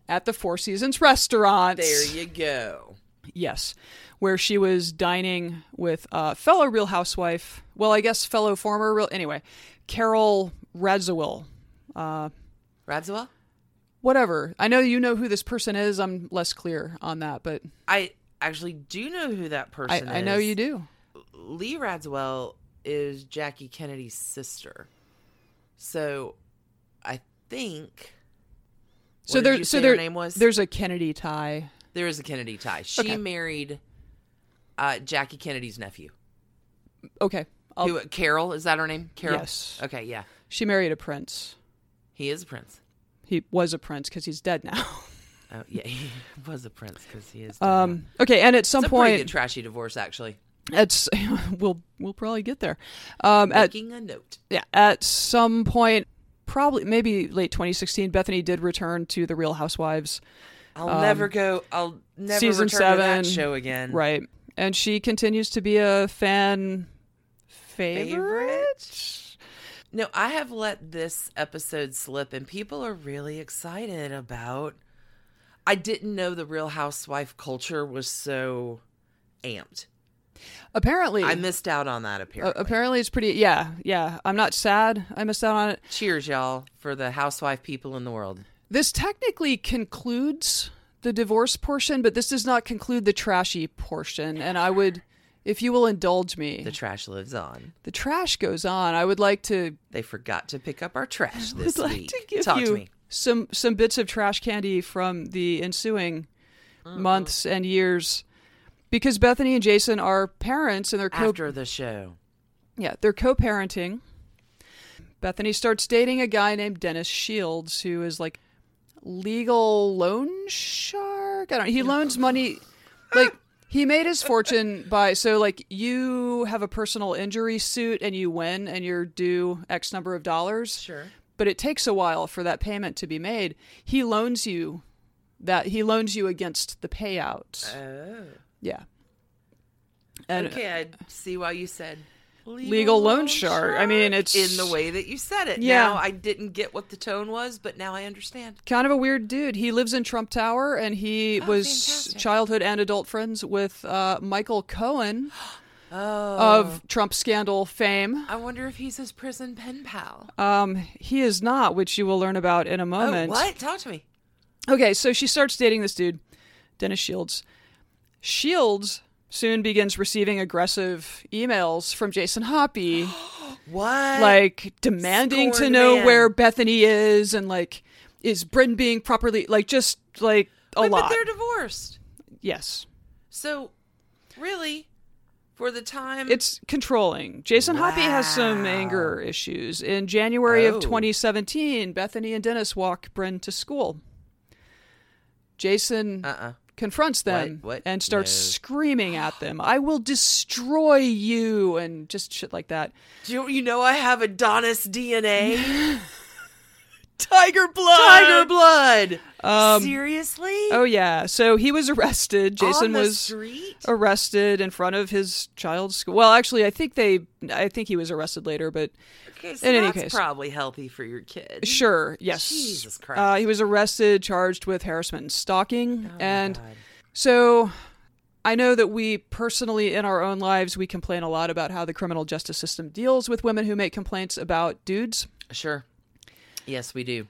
Speaker 3: at the Four Seasons restaurant.
Speaker 2: there you go
Speaker 3: Yes, where she was dining with uh, fellow Real Housewife. Well, I guess fellow former Real. Anyway, Carol Radziwill.
Speaker 2: Radziwill?
Speaker 3: Whatever. I know you know who this person is. I'm less clear on that, but
Speaker 2: I actually do know who that
Speaker 3: I,
Speaker 2: person is.
Speaker 3: I know you do.
Speaker 2: Lee Radziwill is Jackie Kennedy's sister. So I think what
Speaker 3: so
Speaker 2: did
Speaker 3: there,
Speaker 2: you
Speaker 3: so
Speaker 2: say
Speaker 3: there,
Speaker 2: her name was
Speaker 3: there's a Kennedy tie.
Speaker 2: there is a Kennedy tie. She
Speaker 3: Okay.
Speaker 2: married uh, Jackie Kennedy's nephew.
Speaker 3: Okay, I'll-
Speaker 2: Who Carol, is that her name? Carol.
Speaker 3: Oh. Yes.
Speaker 2: Okay, yeah.
Speaker 3: she married a prince.
Speaker 2: He is a prince.
Speaker 3: He was a prince because he's dead now.
Speaker 2: Oh, yeah, he was a prince because he is. different.
Speaker 3: Um, okay, and at some
Speaker 2: it's a pretty good
Speaker 3: point,
Speaker 2: trashy divorce, actually.
Speaker 3: it's we'll we'll probably get there. Um, at
Speaker 2: Making a note.
Speaker 3: yeah, at some point, probably maybe late 2016, Bethany did return to the Real Housewives,
Speaker 2: I'll never go. I'll never
Speaker 3: um, season
Speaker 2: return
Speaker 3: seven,
Speaker 2: to that show again.
Speaker 3: right? And she continues to be a fan favorite?
Speaker 2: Favorite? No, I have let this episode slip, and people are really excited about. I didn't know the Real Housewife culture was so amped.
Speaker 3: Apparently,
Speaker 2: I missed out on that.
Speaker 3: Uh,
Speaker 2: Apparently,
Speaker 3: apparently it's pretty yeah yeah i'm not sad i missed out on it
Speaker 2: cheers, y'all, for the housewife people in the world.
Speaker 3: this technically concludes the divorce portion but this does not conclude the trashy portion and i would if you will indulge me
Speaker 2: The trash lives on.
Speaker 3: the trash goes on i would like to
Speaker 2: They forgot to pick up our trash
Speaker 3: would
Speaker 2: this
Speaker 3: like
Speaker 2: week.
Speaker 3: to give
Speaker 2: Talk
Speaker 3: you
Speaker 2: to me.
Speaker 3: some some bits of trash candy from the ensuing months and years because bethany and jason are parents and they're co
Speaker 2: after the show.
Speaker 3: Yeah, they're co parenting. Bethany starts dating a guy named Dennis Shields, who is like legal loan shark. I don't He loans money. Like, he made his fortune by. So, like, you have a personal injury suit and you win and you're due X number of dollars.
Speaker 2: Sure.
Speaker 3: But it takes a while for that payment to be made. He loans you that. He loans you against the payout.
Speaker 2: Oh.
Speaker 3: yeah. And uh,
Speaker 2: Okay, I see why you said legal,
Speaker 3: legal loan shark. I mean, it's.
Speaker 2: in the way that you said it.
Speaker 3: Yeah.
Speaker 2: Now I didn't get what the tone was, but now I understand.
Speaker 3: kind of a weird dude. He lives in Trump Tower, and he was
Speaker 2: Oh, fantastic.
Speaker 3: childhood and adult friends with uh, Michael Cohen
Speaker 2: Oh.
Speaker 3: of Trump scandal fame.
Speaker 2: I wonder if he's his prison pen pal.
Speaker 3: Um, he is not, which you will learn about in a
Speaker 2: oh,
Speaker 3: moment.
Speaker 2: what? Talk to me.
Speaker 3: Okay, so she starts dating this dude, Dennis Shields. Shields soon begins receiving aggressive emails from Jason Hoppy.
Speaker 2: What?
Speaker 3: like demanding to
Speaker 2: Scorned
Speaker 3: know
Speaker 2: man.
Speaker 3: where Bethany is and like is Bryn being properly like just like a
Speaker 2: Wait,
Speaker 3: lot.
Speaker 2: But they're divorced.
Speaker 3: yes.
Speaker 2: So, really, for the time
Speaker 3: It's controlling. Jason Hoppy has some
Speaker 2: Wow.
Speaker 3: anger issues. In January
Speaker 2: Oh.
Speaker 3: of 2017, Bethany and Dennis walk Bryn to school. Jason
Speaker 2: Uh uh
Speaker 3: confronts them
Speaker 2: What? What?
Speaker 3: and starts
Speaker 2: No.
Speaker 3: screaming at them, I will destroy you, and just shit like that.
Speaker 2: Do you, you know I have Adonis DNA?
Speaker 3: Tiger blood! Um,
Speaker 2: Tiger blood. Seriously?
Speaker 3: Oh, yeah. So he was arrested.
Speaker 2: Um,
Speaker 3: Jason
Speaker 2: On the
Speaker 3: was. Oh,
Speaker 2: street.
Speaker 3: arrested in front of his child's school. Well, actually, I think they, I think he was arrested later, but
Speaker 2: Okay, so
Speaker 3: in any
Speaker 2: that's
Speaker 3: case.
Speaker 2: probably healthy for your kid.
Speaker 3: sure, yes.
Speaker 2: Jesus Christ.
Speaker 3: Uh, he was arrested, charged with harassment and stalking.
Speaker 2: Oh my
Speaker 3: and
Speaker 2: God.
Speaker 3: so I know that we personally, in our own lives, we complain a lot about how the criminal justice system deals with women who make complaints about dudes.
Speaker 2: sure, yes, we do.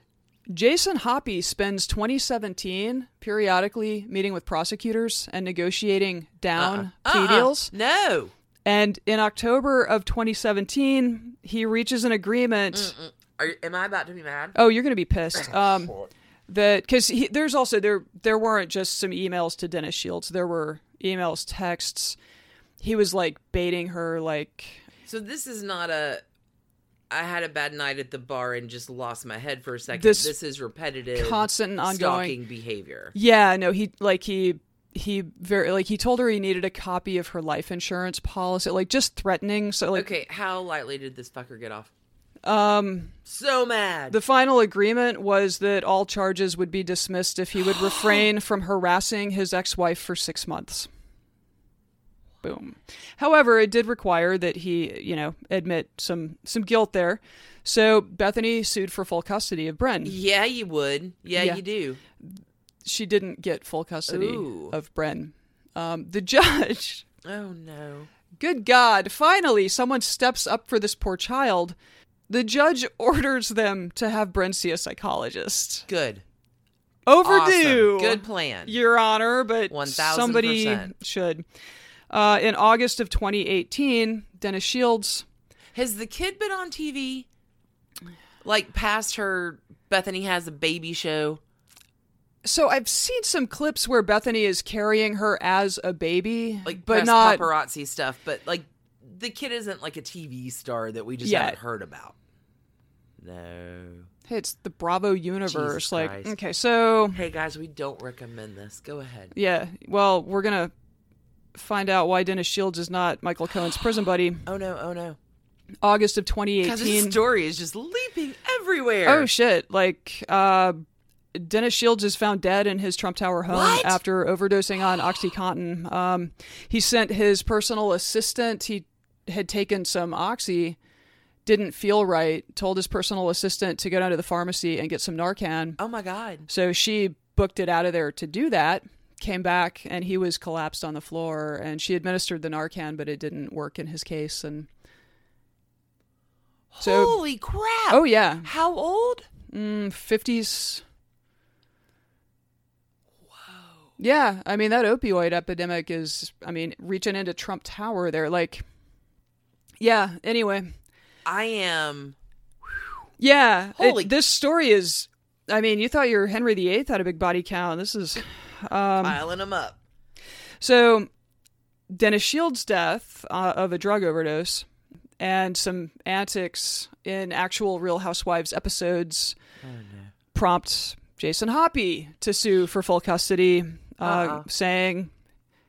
Speaker 3: Jason Hoppy spends 2017 periodically meeting with prosecutors and negotiating down plea
Speaker 2: Uh-uh.
Speaker 3: deals.
Speaker 2: No,
Speaker 3: And in October of 2017, he reaches an agreement.
Speaker 2: Are, am I about to be mad?
Speaker 3: Oh, you're going to be pissed. Um, that because there's also there there weren't just some emails to Dennis Shields. There were emails, texts. He was like baiting her, like
Speaker 2: So this is not a. I had a bad night at the bar and just lost my head for a second.
Speaker 3: This
Speaker 2: This, is repetitive,
Speaker 3: constant and ongoing.
Speaker 2: stalking behavior.
Speaker 3: yeah, no, he like he he very like he told her he needed a copy of her life insurance policy, like just threatening. So like
Speaker 2: Okay, how lightly did this fucker get off?
Speaker 3: um
Speaker 2: So mad.
Speaker 3: The final agreement was that all charges would be dismissed if he would refrain from harassing his ex wife for six months. Boom. However, it did require that he, you know, admit some some guilt there. So Bethany sued for full custody of Bren.
Speaker 2: yeah, you would. Yeah,
Speaker 3: Yeah.
Speaker 2: you do.
Speaker 3: She didn't get full custody
Speaker 2: Ooh.
Speaker 3: of Bren. Um, the judge
Speaker 2: Oh no.
Speaker 3: Good God, finally, someone steps up for this poor child. The judge orders them to have Bren see a psychologist.
Speaker 2: Good.
Speaker 3: Overdue.
Speaker 2: Awesome. Good plan.
Speaker 3: Your Honor, but
Speaker 2: 1000%.
Speaker 3: somebody should. Uh, in August of 2018, Dennis Shields,
Speaker 2: Has the kid been on TV? Like past her Bethany has a baby show.
Speaker 3: So I've seen some clips where Bethany is carrying her as a baby,
Speaker 2: Like
Speaker 3: but
Speaker 2: past
Speaker 3: not
Speaker 2: paparazzi stuff, but like the kid isn't like a TV star that we just
Speaker 3: Yet.
Speaker 2: haven't heard about. No.
Speaker 3: it's the Bravo universe.
Speaker 2: Jesus
Speaker 3: like,
Speaker 2: Christ.
Speaker 3: okay, so
Speaker 2: Hey guys, we don't recommend this. Go ahead.
Speaker 3: yeah, well, we're gonna find out why Dennis Shields is not Michael Cohen's prison buddy.
Speaker 2: Oh no, oh no.
Speaker 3: August of
Speaker 2: Because this
Speaker 3: 2018.
Speaker 2: story is just leaping everywhere.
Speaker 3: Oh shit! Like, uh, Dennis Shields is found dead in his Trump Tower home
Speaker 2: What?
Speaker 3: after overdosing on OxyContin. Um, he sent his personal assistant. He had taken some oxy, didn't feel right. Told his personal assistant to go down to the pharmacy and get some Narcan.
Speaker 2: oh my god.
Speaker 3: So she booked it out of there to do that. Came back and he was collapsed on the floor. And she administered the Narcan, but it didn't work in his case. And So-
Speaker 2: Holy crap.
Speaker 3: oh yeah,
Speaker 2: How old?
Speaker 3: Mm, fifties. Wow. Yeah, I mean that opioid epidemic is, I mean, reaching into Trump Tower. There, like, yeah. Anyway,
Speaker 2: I am
Speaker 3: yeah. it-
Speaker 2: Holy-
Speaker 3: this story is. I mean, you thought your Henry VIII had a big body count. This is Um,
Speaker 2: piling them up.
Speaker 3: so. Dennis Shields' death uh, of a drug overdose and some antics in actual Real Housewives episodes prompt Jason Hoppy to sue for full custody, uh, saying,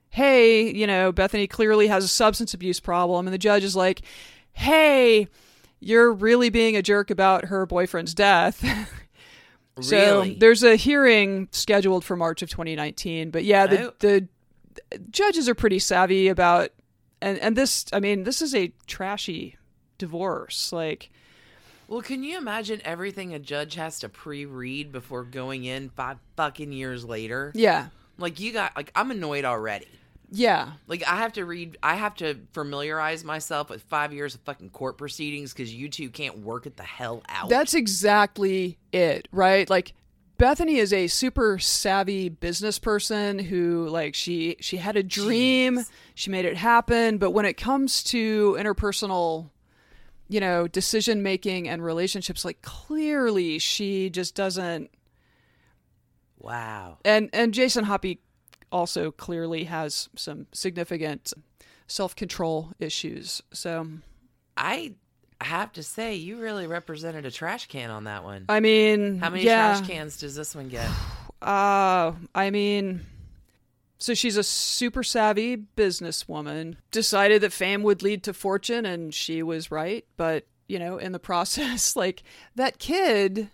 Speaker 3: Hey, you know, Bethany clearly has a substance abuse problem. And the judge is like, Hey, you're really being a jerk about her boyfriend's death. so
Speaker 2: Really?
Speaker 3: there's a hearing scheduled for March of 2019. But yeah, the,
Speaker 2: Oh.
Speaker 3: the judges are pretty savvy about, and, and this, I mean, this is a trashy divorce. Like,
Speaker 2: Well, can you imagine everything a judge has to pre-read before going in five fucking years later?
Speaker 3: yeah,
Speaker 2: Like you got like I'm annoyed already.
Speaker 3: yeah.
Speaker 2: Like I have to read I have to familiarize myself with 5 years of fucking court proceedings cuz you two can't work it the hell out.
Speaker 3: That's exactly it, right? Like Bethany is a super savvy business person who like she she had a dream, she made it happen, but when it comes to interpersonal you know, decision making and relationships like clearly she just doesn't
Speaker 2: wow.
Speaker 3: and and Jason Hoppy also clearly has some significant self-control issues. So,
Speaker 2: I have to say you really represented a trash can on that one.
Speaker 3: I mean,
Speaker 2: How many
Speaker 3: yeah.
Speaker 2: trash cans does this one get?
Speaker 3: Uh, I mean, so she's a super savvy businesswoman, decided that fame would lead to fortune, and she was right. But, you know, in the process, like that kid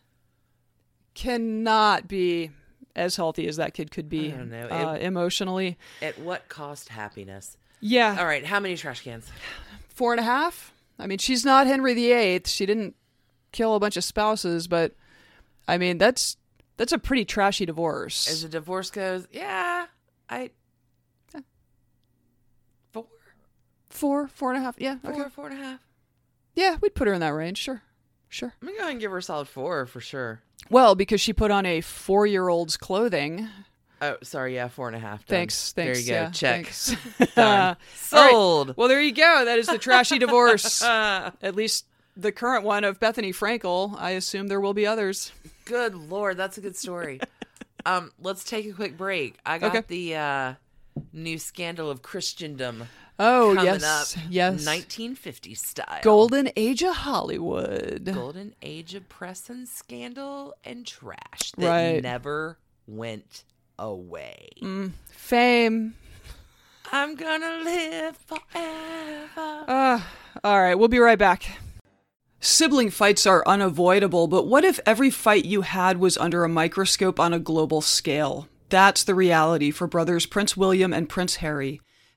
Speaker 3: cannot be as healthy as that kid could be
Speaker 2: don't know. It-
Speaker 3: uh, emotionally.
Speaker 2: At what cost happiness?
Speaker 3: Yeah.
Speaker 2: All right, how many trash cans?
Speaker 3: Four and a half. I mean, she's not Henry VIII. She didn't kill a bunch of spouses, but I mean, that's. That's a pretty trashy divorce.
Speaker 2: As the divorce goes, yeah, I four,
Speaker 3: four, four and a half. Yeah,
Speaker 2: four,
Speaker 3: okay.
Speaker 2: four and a half.
Speaker 3: Yeah, we'd put her in that range, sure. Sure.
Speaker 2: I'm gonna go ahead and give her a solid four for sure.
Speaker 3: Well, because she put on a four year old's clothing.
Speaker 2: Oh, sorry, yeah, four and a half. done.
Speaker 3: Thanks. Thanks.
Speaker 2: There you go.
Speaker 3: yeah,
Speaker 2: Check.
Speaker 3: thanks.
Speaker 2: Done.
Speaker 3: All right.
Speaker 2: Sold.
Speaker 3: Well, there you go. That is the trashy divorce. At least the current one of Bethany Frankel. I assume there will be others.
Speaker 2: Good lord, that's a good story. um, let's take a quick break. I got
Speaker 3: Okay.
Speaker 2: the uh, new scandal of Christendom
Speaker 3: Oh,
Speaker 2: coming
Speaker 3: yes.
Speaker 2: up.
Speaker 3: Yes.
Speaker 2: 1950 style.
Speaker 3: Golden Age of Hollywood.
Speaker 2: Golden age of press and scandal and trash that
Speaker 3: Right.
Speaker 2: never went away.
Speaker 3: Fame.
Speaker 2: I'm gonna live forever.
Speaker 3: Uh, All right, we'll be right back. Sibling fights are unavoidable, but what if every fight you had was under a microscope on a global scale? That's the reality for brothers Prince William and Prince Harry.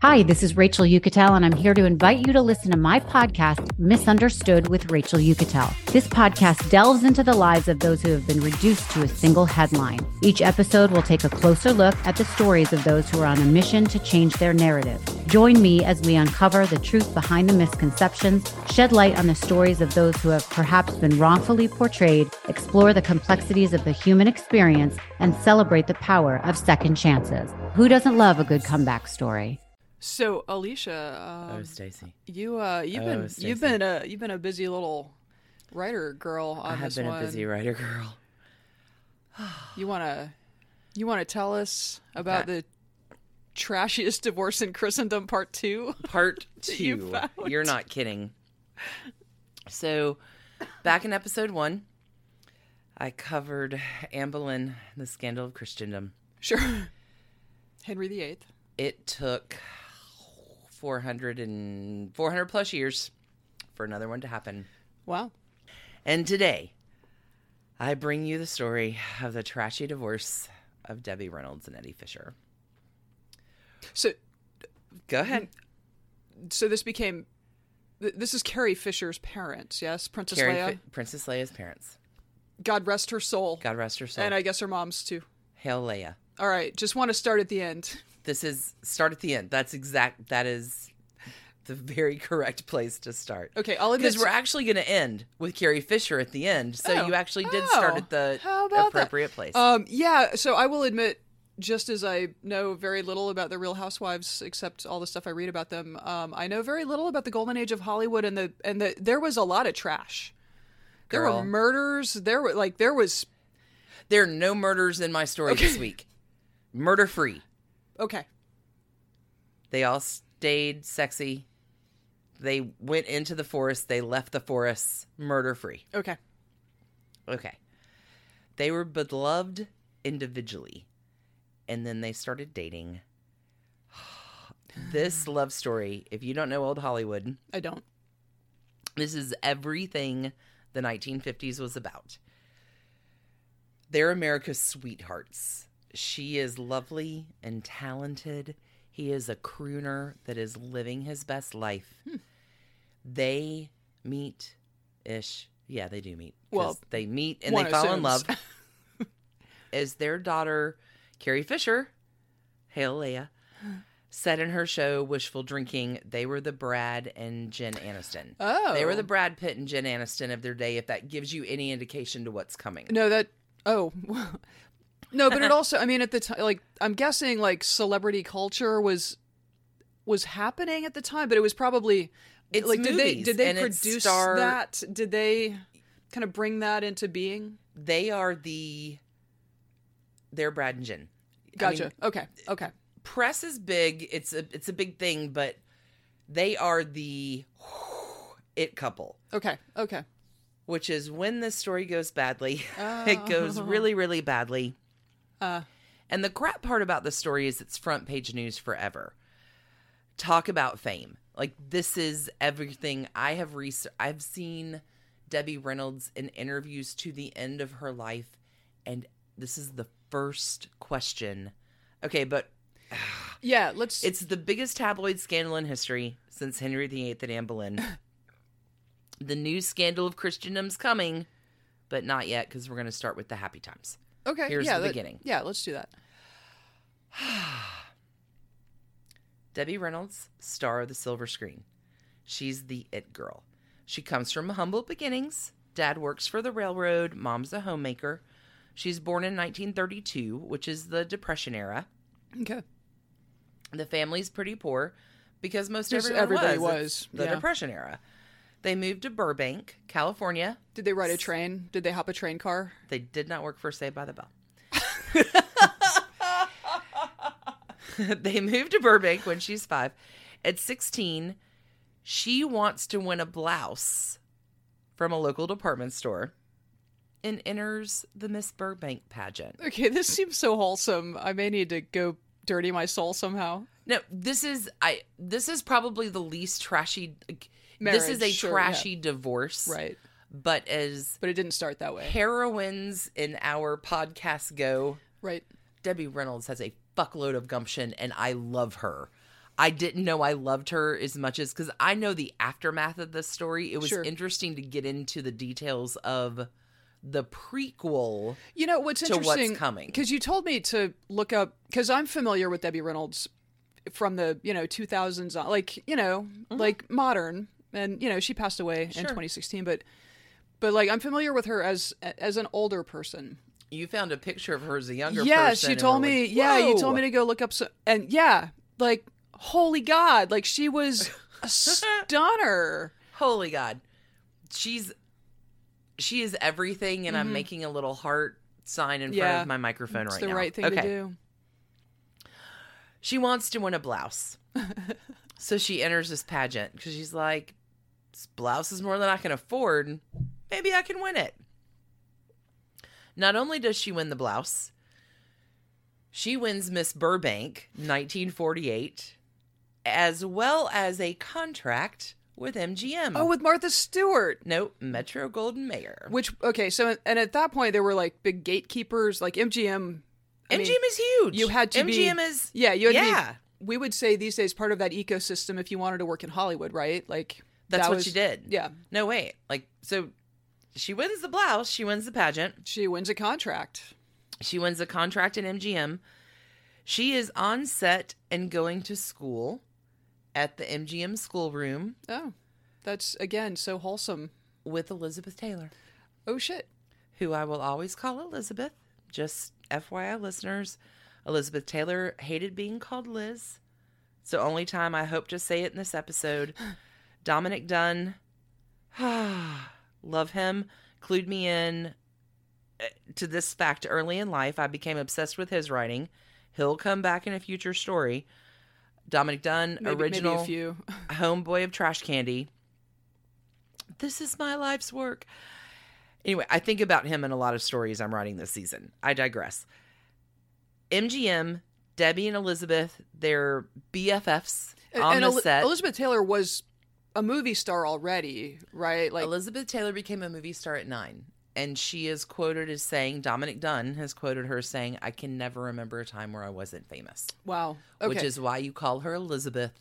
Speaker 5: Hi, this is Rachel Yucatel, and I'm here to invite you to listen to my podcast, Misunderstood with Rachel Yucatel. This podcast delves into the lives of those who have been reduced to a single headline. Each episode will take a closer look at the stories of those who are on a mission to change their narrative. Join me as we uncover the truth behind the misconceptions, shed light on the stories of those who have perhaps been wrongfully portrayed, explore the complexities of the human experience, and celebrate the power of second chances. Who doesn't love a good comeback story?
Speaker 3: So, Alicia, um,
Speaker 2: Stacy.
Speaker 3: you uh, you've
Speaker 2: Oh,
Speaker 3: been
Speaker 2: Stacey.
Speaker 3: you've been a you've been a busy little writer girl on
Speaker 2: I have
Speaker 3: this
Speaker 2: been
Speaker 3: one.
Speaker 2: a busy writer girl.
Speaker 3: You wanna you wanna tell us
Speaker 2: Uh,
Speaker 3: about the trashiest divorce in Christendom part two?
Speaker 2: Part two.
Speaker 3: you
Speaker 2: You
Speaker 3: found.
Speaker 2: are not kidding. So, back in episode one, I covered Anne Boleyn, the scandal of Christendom.
Speaker 3: Sure. Henry VIII.
Speaker 2: It took 400 and 400 plus years for another one to happen.
Speaker 3: Wow.
Speaker 2: And today, I bring you the story of the trashy divorce of Debbie Reynolds and Eddie Fisher.
Speaker 3: So
Speaker 2: Go ahead.
Speaker 3: so this became th- this is Carrie Fisher's parents, yes, Princess
Speaker 2: Carrie
Speaker 3: Leia.
Speaker 2: Fi- Princess Leia's parents.
Speaker 3: God rest her soul.
Speaker 2: God rest her soul.
Speaker 3: and I guess her mom's too.
Speaker 2: Hail Leia.
Speaker 3: All right, just want to start at the end.
Speaker 2: This is start at the end. That's exact. That is the very correct place to start.
Speaker 3: Okay, I'll admit
Speaker 2: Because we're actually going to end with Carrie Fisher at the end, so
Speaker 3: Oh.
Speaker 2: you actually did start
Speaker 3: Oh.
Speaker 2: at the
Speaker 3: How about that?
Speaker 2: appropriate place.
Speaker 3: Um, yeah, so I will admit, just as I know very little about the Real Housewives, except all the stuff I read about them, um, I know very little about the golden age of Hollywood, and the and the there was a lot of trash. There
Speaker 2: Girl.
Speaker 3: were murders. There were like there was
Speaker 2: there are no murders in my story this week. Murder free.
Speaker 3: okay.
Speaker 2: They all stayed sexy. They went into the forest. They left the forest murder free.
Speaker 3: Okay.
Speaker 2: Okay. They were beloved individually. And then they started dating. this love story, if you don't know old Hollywood,
Speaker 3: I don't.
Speaker 2: this is everything the 1950s was about. They're America's sweethearts. She is lovely and talented. He is a crooner that is living his best life.
Speaker 3: Hmm.
Speaker 2: They meet ish. Yeah, they do meet. 'cause
Speaker 3: Well,
Speaker 2: they meet and
Speaker 3: one
Speaker 2: they fall in
Speaker 3: assumes.
Speaker 2: love. As their daughter, Carrie Fisher, hail Leia, said in her show Wishful Drinking, they were the Brad and Jen Aniston.
Speaker 3: Oh,
Speaker 2: They were the Brad Pitt and Jen Aniston of their day, if that gives you any indication to what's coming.
Speaker 3: no that oh. No, but it also, I mean, at the time, like, I'm guessing, like, celebrity culture was was happening at the time, but it was probably
Speaker 2: It's
Speaker 3: like did they
Speaker 2: movies,
Speaker 3: did they
Speaker 2: and it's
Speaker 3: produce
Speaker 2: star-
Speaker 3: that? Did they kind of bring that into being?
Speaker 2: They are the. They're Brad and Jen. I
Speaker 3: Gotcha.
Speaker 2: mean,
Speaker 3: okay. Okay.
Speaker 2: press is big. It's a it's a big thing, but they are the it couple,
Speaker 3: Okay. Okay.
Speaker 2: which is when this story goes badly. it goes really, really badly.
Speaker 3: Uh,
Speaker 2: And the crap part about the story is it's front page news forever. talk about fame. Like this is everything I have researched. I've seen Debbie Reynolds in interviews to the end of her life, and this is the first question. Okay, but
Speaker 3: Yeah, let's.
Speaker 2: it's the biggest tabloid scandal in history since Henry VIII and Anne Boleyn. the new scandal of Christendom's coming, but not yet because we're going to start with the happy times.
Speaker 3: okay.
Speaker 2: here's
Speaker 3: yeah,
Speaker 2: the
Speaker 3: that-
Speaker 2: beginning.
Speaker 3: Yeah, let's do that.
Speaker 2: Debbie Reynolds, star of the silver screen. She's the it girl. She comes from humble beginnings. Dad works for the railroad, mom's a homemaker. She's born in 1932, which is the Depression era.
Speaker 3: Okay.
Speaker 2: The family's pretty poor because most
Speaker 3: Just
Speaker 2: everyone
Speaker 3: everybody
Speaker 2: was. It's
Speaker 3: was,
Speaker 2: the
Speaker 3: yeah.
Speaker 2: Depression era. They moved to Burbank, California.
Speaker 3: Did they ride a train? Did they hop a train car?
Speaker 2: They did not work for Saved by the Bell. they moved to Burbank when she's five. At 16, she wants to win a blouse from a local department store and enters the Miss Burbank pageant.
Speaker 3: Okay, this seems so wholesome. I may need to go dirty my soul somehow.
Speaker 2: No, this is I. This is probably the least trashy. this
Speaker 3: Marriage,
Speaker 2: is a
Speaker 3: sure, yeah.
Speaker 2: trashy divorce,
Speaker 3: Right.
Speaker 2: But as
Speaker 3: But it didn't start that way.
Speaker 2: heroines in our podcast go,
Speaker 3: Right.
Speaker 2: Debbie Reynolds has a fuckload of gumption, and I love her. I didn't know I loved her as much as because I know the aftermath of this story. It was
Speaker 3: Sure.
Speaker 2: interesting to get into the details of the prequel.
Speaker 3: You know what's
Speaker 2: to what's
Speaker 3: interesting?
Speaker 2: coming.
Speaker 3: because you told me to look up because I'm familiar with Debbie Reynolds from the you know 2000s, on- like you know,
Speaker 2: Mm-hmm.
Speaker 3: like modern, and you know she passed away in 2016, but but like I'm familiar with her as as an older person.
Speaker 2: You found a picture of her as a younger
Speaker 3: yes,
Speaker 2: person.
Speaker 3: you
Speaker 2: and
Speaker 3: told
Speaker 2: we're
Speaker 3: me.
Speaker 2: like,
Speaker 3: yeah, you
Speaker 2: "Whoa!"
Speaker 3: told me to go look up some, and yeah, like holy god, like she was a stunner.
Speaker 2: Holy God. She's she is everything, and I'm making a little heart sign in front
Speaker 3: Yeah.
Speaker 2: of my microphone
Speaker 3: It's
Speaker 2: right
Speaker 3: the
Speaker 2: now.
Speaker 3: right thing
Speaker 2: okay.
Speaker 3: to do.
Speaker 2: She wants to win a blouse. so she enters this pageant because she's like, this blouse is more than I can afford. Maybe I can win it. Not only does she win the blouse, she wins Miss Burbank 1948, as well as a contract with MGM.
Speaker 3: Oh, with Martha Stewart.
Speaker 2: no, Metro Golden Mayer.
Speaker 3: Which okay, so and at that point there were like big gatekeepers, like MGM. I
Speaker 2: MGM
Speaker 3: mean,
Speaker 2: is huge.
Speaker 3: You had to
Speaker 2: MGM
Speaker 3: be
Speaker 2: is
Speaker 3: yeah. You had
Speaker 2: yeah.
Speaker 3: To be, we would say these days part of that ecosystem if you wanted to work in Hollywood, right? Like
Speaker 2: That's
Speaker 3: that
Speaker 2: what
Speaker 3: was-
Speaker 2: she did.
Speaker 3: Yeah,
Speaker 2: No wait, like so, she wins the blouse. She wins the pageant.
Speaker 3: she wins a contract.
Speaker 2: She wins a contract in MGM. She is on set and going to school at the MGM schoolroom
Speaker 3: Oh, that's again so wholesome.
Speaker 2: with Elizabeth Taylor,
Speaker 3: Oh shit.
Speaker 2: who I will always call Elizabeth. Just FYI, listeners, Elizabeth Taylor hated being called Liz. It's the only time I hope to say it in this episode. Dominic Dunn, love him. Clued me in eh, to this fact early in life. I became obsessed with his writing. He'll come back in a future story. Dominic Dunn,
Speaker 3: Maybe,
Speaker 2: original
Speaker 3: Maybe a few.
Speaker 2: homeboy of trash candy. This is my life's work. Anyway, I think about him in a lot of stories I'm writing this season. I digress. MGM, Debbie and Elizabeth, they're BFFs
Speaker 3: And-
Speaker 2: on
Speaker 3: and
Speaker 2: the
Speaker 3: Eli-
Speaker 2: set.
Speaker 3: Elizabeth Taylor was a movie star already, right? Like
Speaker 2: Elizabeth Taylor became a movie star at nine. And she is quoted as saying, Dominic Dunn has quoted her as saying, I can never remember a time where I wasn't famous,
Speaker 3: wow. Okay.
Speaker 2: which is why you call her Elizabeth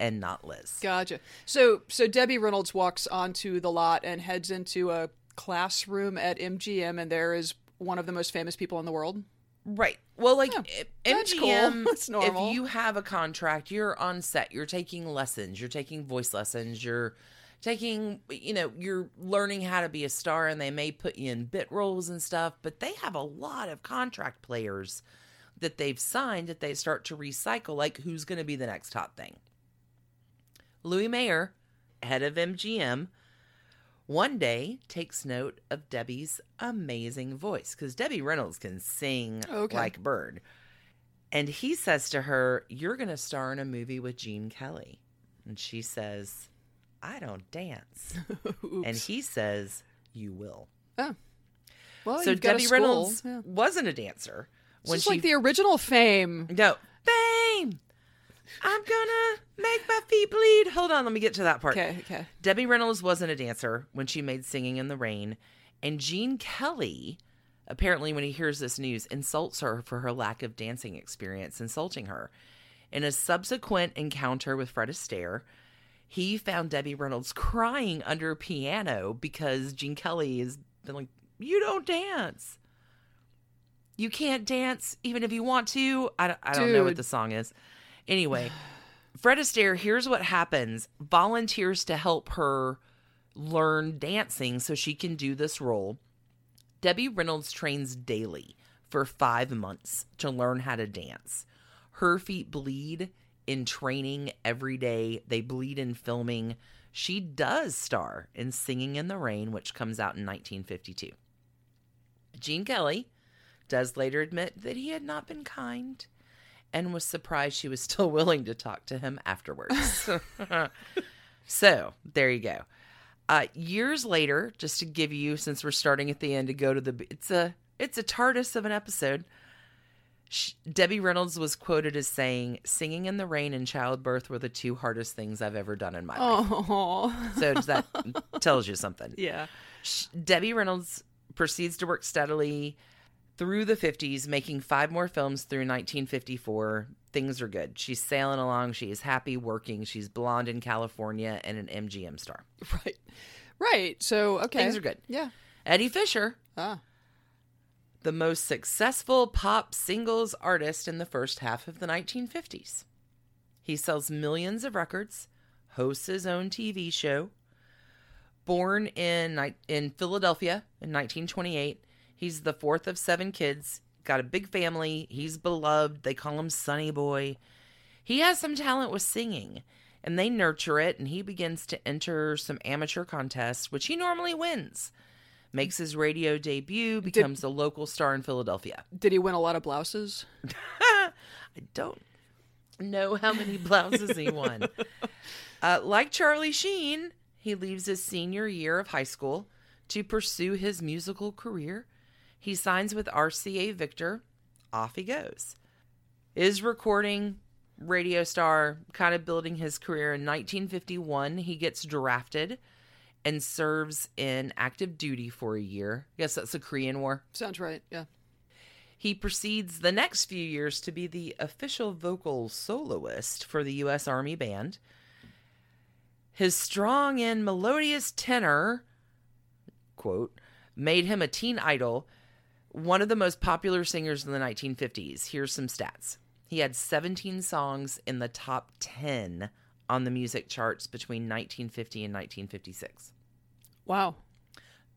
Speaker 2: and not Liz.
Speaker 3: Gotcha. So so Debbie Reynolds walks onto the lot and heads into a classroom at MGM, and there is one of the most famous people in the world.
Speaker 2: Right. Well, like i-
Speaker 3: that's cool.
Speaker 2: MGM,
Speaker 3: That's normal.
Speaker 2: if you have a contract, you're on set, you're taking lessons, you're taking voice lessons, you're taking, you know, you're learning how to be a star, and they may put you in bit roles and stuff, but they have a lot of contract players that they've signed that they start to recycle, like who's going to be the next hot thing. Louis Mayer, head of MGM, one day takes note of Debbie's amazing voice because Debbie Reynolds can sing
Speaker 3: Okay.
Speaker 2: like a bird. And he says to her, You're going to star in a movie with Gene Kelly. And she says, I don't dance. and he says, You will.
Speaker 3: Well,
Speaker 2: so
Speaker 3: Oh, you've got a
Speaker 2: Debbie
Speaker 3: school.
Speaker 2: Reynolds
Speaker 3: Yeah.
Speaker 2: wasn't a dancer.
Speaker 3: This is like the original fame.
Speaker 2: No. Fame. I'm gonna make my feet bleed. Hold on, let me get to that part.
Speaker 3: Okay, okay.
Speaker 2: Debbie Reynolds wasn't a dancer when she made Singing in the Rain, and Gene Kelly, apparently, when he hears this news, insults her for her lack of dancing experience, insulting her. In a subsequent encounter with Fred Astaire, he found Debbie Reynolds crying under a piano because Gene Kelly has been like, You don't dance. You can't dance even if you want to. I don't, I don't know what
Speaker 3: Dude.
Speaker 2: the song is. Anyway, Fred Astaire, here's what happens volunteers to help her learn dancing so she can do this role. Debbie Reynolds trains daily for five months to learn how to dance. Her feet bleed in training every day, they bleed in filming. She does star in Singing in the Rain, which comes out in 1952. Gene Kelly does later admit that he had not been kind and was surprised she was still willing to talk to him afterwards. so there you go. Uh, years later, just to give you, since we're starting at the end, to go to the it's a it's a TARDIS of an episode. Sh Debbie Reynolds was quoted as saying, "Singing in the rain and childbirth were the two hardest things I've ever done in my life."
Speaker 3: Oh,
Speaker 2: So that tells you something.
Speaker 3: yeah.
Speaker 2: Sh- Debbie Reynolds proceeds to work steadily through the 50s, making five more films through 1954. Things are good. She's sailing along. She is happy working. She's blonde in California and an MGM star.
Speaker 3: Right. Right. So, okay.
Speaker 2: Things are good.
Speaker 3: Yeah.
Speaker 2: Eddie Fisher,
Speaker 3: Ah.
Speaker 2: the most successful pop singles artist in the first half of the 1950s. He sells millions of records, hosts his own TV show. Born in ni- in Philadelphia in 1928, he's the fourth of seven kids. Got a big family. He's beloved. They call him Sonny Boy. He has some talent with singing, and they nurture it. And he begins to enter some amateur contests, which he normally wins. Makes his radio debut, becomes a local star in Philadelphia.
Speaker 3: Did he win a lot of blouses?
Speaker 2: I don't know how many blouses he won. Uh, like Charlie Sheen, he leaves his senior year of high school to pursue his musical career. He signs with RCA Victor. Off he goes. Is recording, radio star, kind of building his career. In 1951, he gets drafted and serves in active duty for a year. I guess that's the Korean War.
Speaker 3: Sounds right. Yeah.
Speaker 2: He proceeds the next few years to be the official vocal soloist for the U.S. Army Band. His strong and melodious tenor, quote, made him a teen idol, one of the most popular singers in the 1950s. Here's some stats. He had 17 songs in the top 10 on the music charts between 1950 and 1956,
Speaker 3: Wow.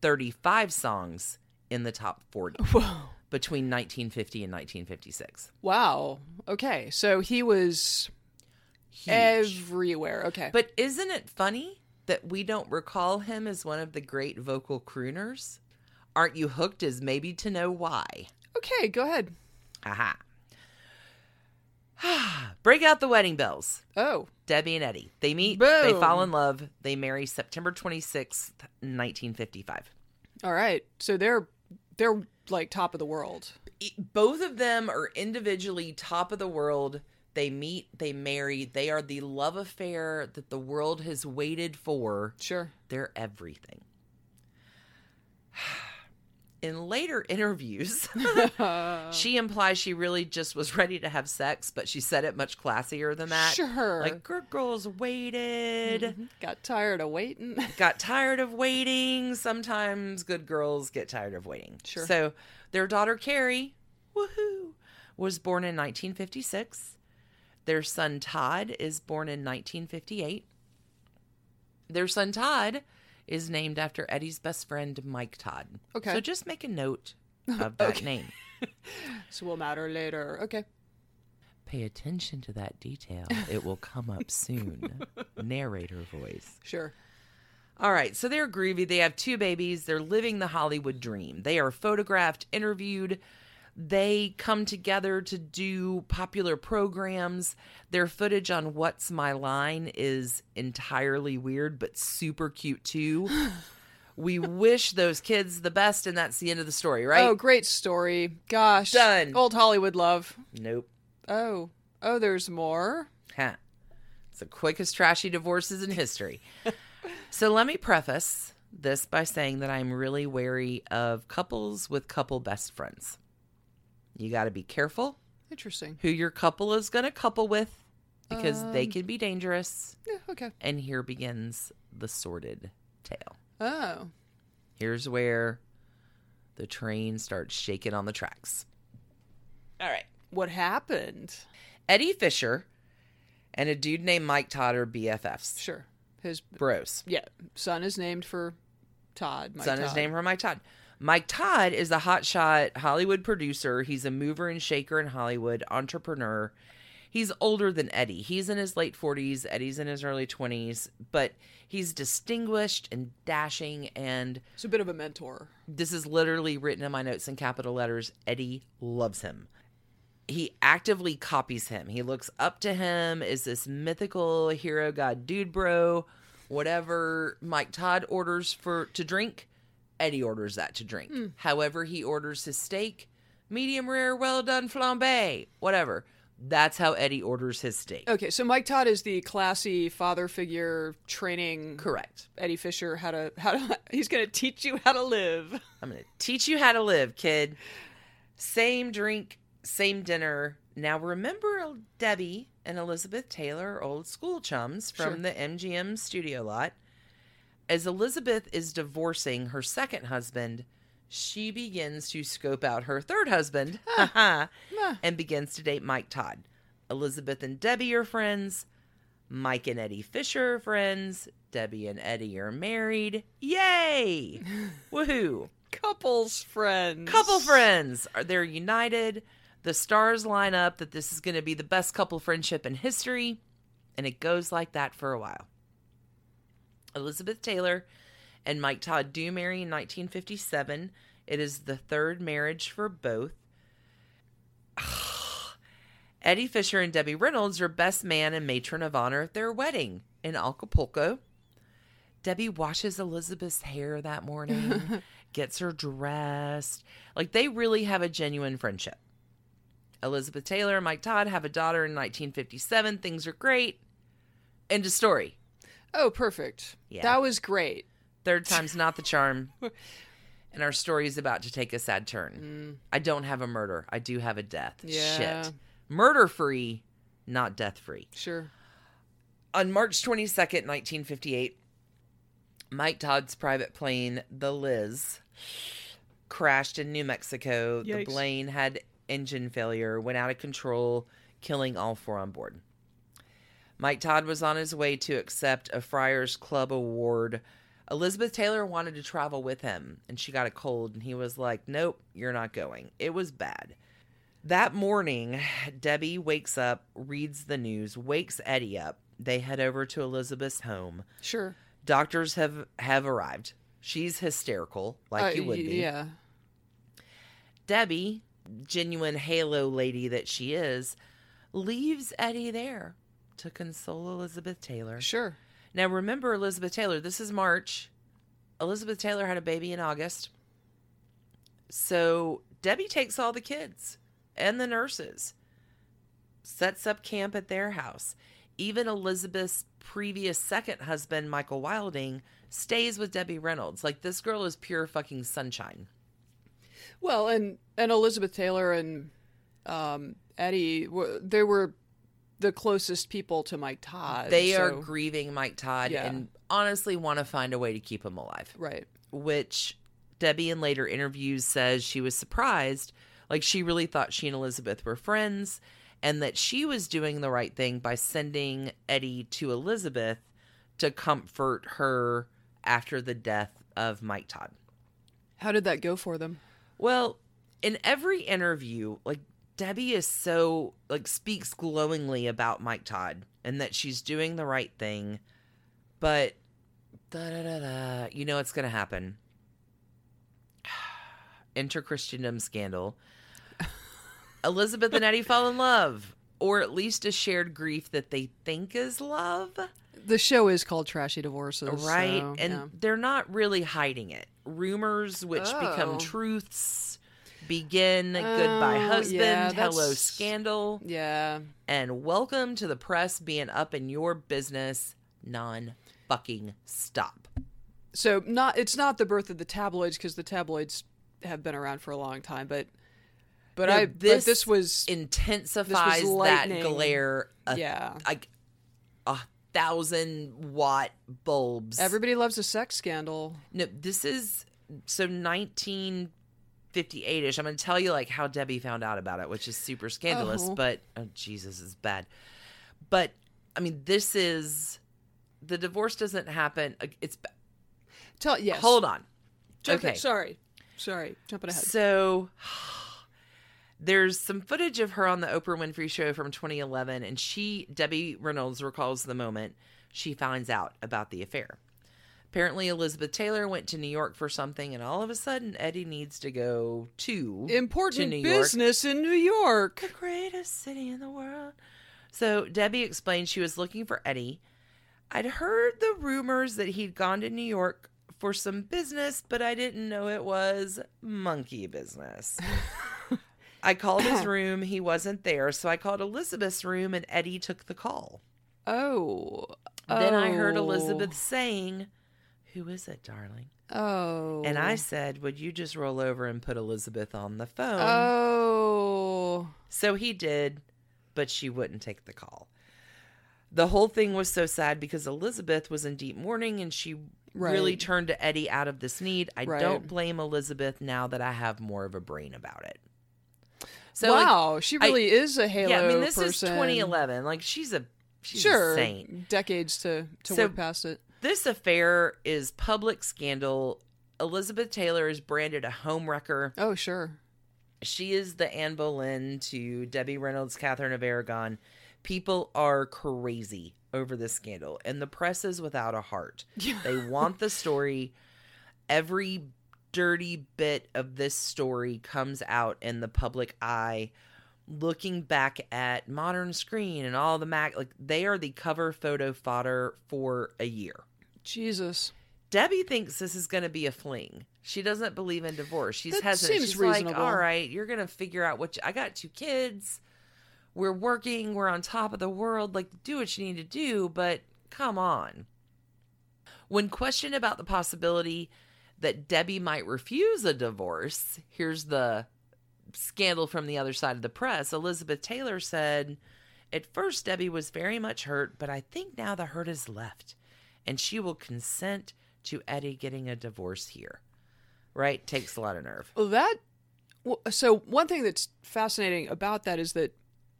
Speaker 2: 35 songs in the top 40
Speaker 3: Whoa.
Speaker 2: between 1950 and 1956.
Speaker 3: Wow. Okay. So he was everywhere. Okay.
Speaker 2: But isn't it funny that we don't recall him as one of the great vocal crooners? Aren't you hooked as maybe to know why?
Speaker 3: okay, go ahead.
Speaker 2: Aha. Break out the wedding bells.
Speaker 3: Oh,
Speaker 2: Debbie and Eddie. They meet, they
Speaker 3: Boom.
Speaker 2: fall in love, they marry September 26th, 1955.
Speaker 3: all right. So they're they're like top of the world.
Speaker 2: E- Both of them are individually top of the world. They meet, they marry, they are the love affair that the world has waited for.
Speaker 3: Sure.
Speaker 2: They're everything. In later interviews, she implies she really just was ready to have sex, but she said it much classier than that.
Speaker 3: Sure. Mm-hmm.
Speaker 2: Like, girl, girls waited,
Speaker 3: Got tired of waiting.
Speaker 2: got tired of waiting. Sometimes good girls get tired of waiting.
Speaker 3: Sure.
Speaker 2: So their daughter, Carrie, woohoo, was born in 1956. Their son, Todd, is born in 1958. Their son Todd is named after Eddie's best friend Mike Todd.
Speaker 3: Okay.
Speaker 2: So just make a note of that name.
Speaker 3: This will matter later. Okay.
Speaker 2: Pay attention to that detail. It will come up soon. Narrator voice.
Speaker 3: Sure.
Speaker 2: All right, so they're groovy. They have two babies. They're living the Hollywood dream. They are photographed, interviewed. They come together to do popular programs. Their footage on What's My Line is entirely weird, but super cute too. we wish those kids the best, and that's the end of the story, right?
Speaker 3: Oh, great story. Gosh.
Speaker 2: Done.
Speaker 3: Old Hollywood love.
Speaker 2: Nope.
Speaker 3: Oh. Oh, there's more.
Speaker 2: Huh. It's the quickest trashy divorces in history. so let me preface this by saying that I'm really wary of couples with couple best friends. You got to be careful
Speaker 3: Interesting.
Speaker 2: who your couple is going to couple with because they can be dangerous.
Speaker 3: Yeah, okay.
Speaker 2: And here begins the sordid tale.
Speaker 3: Oh.
Speaker 2: Here's where the train starts shaking on the tracks. All right.
Speaker 3: What happened?
Speaker 2: Eddie Fisher and a dude named Mike Todd are BFFs.
Speaker 3: Sure. His
Speaker 2: Bros.
Speaker 3: yeah, son is named for Todd. Mike
Speaker 2: Son
Speaker 3: Todd.
Speaker 2: is named for Mike Todd. Mike Todd is a hotshot Hollywood producer. He's a mover and shaker in Hollywood, entrepreneur. He's older than Eddie. He's in his late 40s. Eddie's in his early 20s, but he's distinguished and dashing. And
Speaker 3: It's a bit of a mentor.
Speaker 2: this is literally written in my notes in capital letters Eddie loves him. He actively copies him. He looks up to him, is this mythical hero god dude bro. Whatever Mike Todd orders for to drink, Eddie orders that to drink. However, he orders his steak, medium rare, well done flambe, whatever. That's how Eddie orders his steak.
Speaker 3: Okay, so Mike Todd is the classy father figure training
Speaker 2: Correct.
Speaker 3: Eddie Fisher how to how to he's going to teach you how to live.
Speaker 2: I'm going to teach you how to live, kid. Same drink, same dinner. Now remember Debbie and Elizabeth Taylor, old school chums from the MGM studio lot. As Elizabeth is divorcing her second husband, she begins to scope out her third husband and begins to date Mike Todd. Elizabeth and Debbie are friends. Mike and Eddie Fisher are friends. Debbie and Eddie are married. Yay! Woohoo!
Speaker 3: Couples friends.
Speaker 2: couple friends are they're united the stars line up that this is going to be the best couple friendship in history and it goes like that for a while elizabeth taylor and mike todd do marry in 1957 it is the third marriage for both eddie fisher and debbie reynolds are best man and matron of honor at their wedding in acapulco Debbie washes Elizabeth's hair that morning, gets her dressed. Like they really have a genuine friendship. Elizabeth Taylor and Mike Todd have a daughter in 1957. Things are great. End of story.
Speaker 3: Oh, perfect.
Speaker 2: Yeah.
Speaker 3: That was great.
Speaker 2: Third time's not the charm. And our story is about to take a sad turn. I don't have a murder. I do have a death.
Speaker 3: Yeah.
Speaker 2: Shit. Murder free, not death free.
Speaker 3: Sure.
Speaker 2: on March 22nd, 1958, Mike Todd's private plane, the Liz, crashed in New Mexico. The
Speaker 3: Yikes.
Speaker 2: plane had engine failure, went out of control, killing all four on board. Mike Todd was on his way to accept a Friars Club award. Elizabeth Taylor wanted to travel with him, and she got a cold, and he was like, Nope, you're not going. It was bad. That morning, Debbie wakes up, reads the news, wakes Eddie up. They head over to Elizabeth's home.
Speaker 3: Sure.
Speaker 2: Doctors have have arrived. She's hysterical, like
Speaker 3: Uh,
Speaker 2: you would
Speaker 3: y-
Speaker 2: be.
Speaker 3: Yeah.
Speaker 2: Debbie, genuine halo lady that she is, leaves Eddie there to console Elizabeth Taylor.
Speaker 3: Sure.
Speaker 2: Now remember Elizabeth Taylor, this is March. Elizabeth Taylor had a baby in August. So Debbie takes all the kids and the nurses, sets up camp at their house. Even Elizabeth's previous second husband, Michael Wilding, stays with Debbie Reynolds. Like this girl is pure fucking sunshine.
Speaker 3: Well, and and Elizabeth Taylor and um, Eddie, were, they were the closest people to Mike Todd.
Speaker 2: They are
Speaker 3: so-
Speaker 2: grieving Mike Todd
Speaker 3: Yeah.
Speaker 2: and honestly want to find a way to keep him alive.
Speaker 3: right.
Speaker 2: which Debbie in later interviews says she was surprised. Like she really thought she and Elizabeth were friends and that she was doing the right thing by sending Eddie to Elizabeth to comfort her after the death of Mike Todd.
Speaker 3: How did that go for them?
Speaker 2: Well, in every interview, like Debbie is so like speaks glowingly about Mike Todd and that she's doing the right thing, but da da da da, you know it's gonna happen. Enter Christendom scandal. Elizabeth and Eddie fall in love, or at least a shared grief that they think is love.
Speaker 3: The show is called Trashy Divorces,
Speaker 2: Right.
Speaker 3: so,
Speaker 2: and
Speaker 3: yeah.
Speaker 2: they're not really hiding it. Rumors which become
Speaker 3: Oh.
Speaker 2: truths Begin, Goodbye
Speaker 3: Oh,
Speaker 2: Husband,
Speaker 3: yeah,
Speaker 2: Hello
Speaker 3: that's-
Speaker 2: Scandal,
Speaker 3: Yeah.
Speaker 2: and Welcome to the Press being up in your business non fucking stop.
Speaker 3: So not it's not the birth of the tabloids because the tabloids have been around for a long time, but but
Speaker 2: No,
Speaker 3: I this, but this was
Speaker 2: intensifies that
Speaker 3: lightning.
Speaker 2: glare. A,
Speaker 3: Yeah.
Speaker 2: like a thousand watt bulbs.
Speaker 3: everybody loves a sex scandal.
Speaker 2: no, this is so 1958 ish. I'm going to tell you like how Debbie found out about it, which is super scandalous.
Speaker 3: Oh.
Speaker 2: But oh Jesus, is bad. But I mean, this is the divorce doesn't happen. It's
Speaker 3: Tell yes.
Speaker 2: hold on.
Speaker 3: Jump-
Speaker 2: okay.
Speaker 3: Sorry. Sorry. Jumping ahead.
Speaker 2: So there's some footage of her on the Oprah Winfrey show from 2011, and she, Debbie Reynolds, recalls the moment she finds out about the affair. Apparently, Elizabeth Taylor went to New York for something, and all of a sudden, Eddie needs to go to to
Speaker 3: Important
Speaker 2: New York
Speaker 3: business in New York.
Speaker 2: the greatest city in the world. So Debbie explained she was looking for Eddie. I'd heard the rumors that he'd gone to New York for some business, but I didn't know it was monkey business. I called his room, he wasn't there, so I called Elizabeth's room and Eddie took the call.
Speaker 3: Oh.
Speaker 2: Then I heard
Speaker 3: Oh.
Speaker 2: Elizabeth saying, Who is it, darling?
Speaker 3: Oh.
Speaker 2: And I said, Would you just roll over and put Elizabeth on the phone?
Speaker 3: Oh.
Speaker 2: So he did, but she wouldn't take the call. The whole thing was so sad because Elizabeth was in deep mourning and she really
Speaker 3: Right.
Speaker 2: turned to Eddie out of this need. I
Speaker 3: Right.
Speaker 2: don't blame Elizabeth now that I have more of a brain about it. like,
Speaker 3: wow, she
Speaker 2: I-
Speaker 3: really is a halo.
Speaker 2: yeah, I mean this
Speaker 3: person.
Speaker 2: is 2011. Like she's a she's
Speaker 3: sure,
Speaker 2: a saint.
Speaker 3: decades to to
Speaker 2: So-
Speaker 3: work past it.
Speaker 2: This affair is public scandal. Elizabeth Taylor is branded a homewrecker.
Speaker 3: Oh, sure.
Speaker 2: She is the Anne Boleyn to Debbie Reynolds, Catherine of Aragon. People are crazy over this scandal, and the press is without a heart. they want the story. Every dirty bit of this story comes out in the public eye. Looking back at Modern Screen and all the Mac, like they are the cover photo fodder for a year.
Speaker 3: Jesus,
Speaker 2: Debbie thinks this is going to be a fling. She doesn't believe in divorce. She's
Speaker 3: That
Speaker 2: hesitant.
Speaker 3: seems
Speaker 2: She's like,
Speaker 3: reasonable.
Speaker 2: all right, you're going to figure out what you, I got two kids. We're working. We're on top of the world. Like, do what you need to do, but come on. When questioned about the possibility that Debbie might refuse a divorce, here's the scandal from the other side of the press. Elizabeth Taylor said, At first, Debbie was very much hurt, but I think now the hurt is left and she will consent to Eddie getting a divorce here. Right? Takes a lot of nerve.
Speaker 3: well, that. well, So one thing that's fascinating about that is that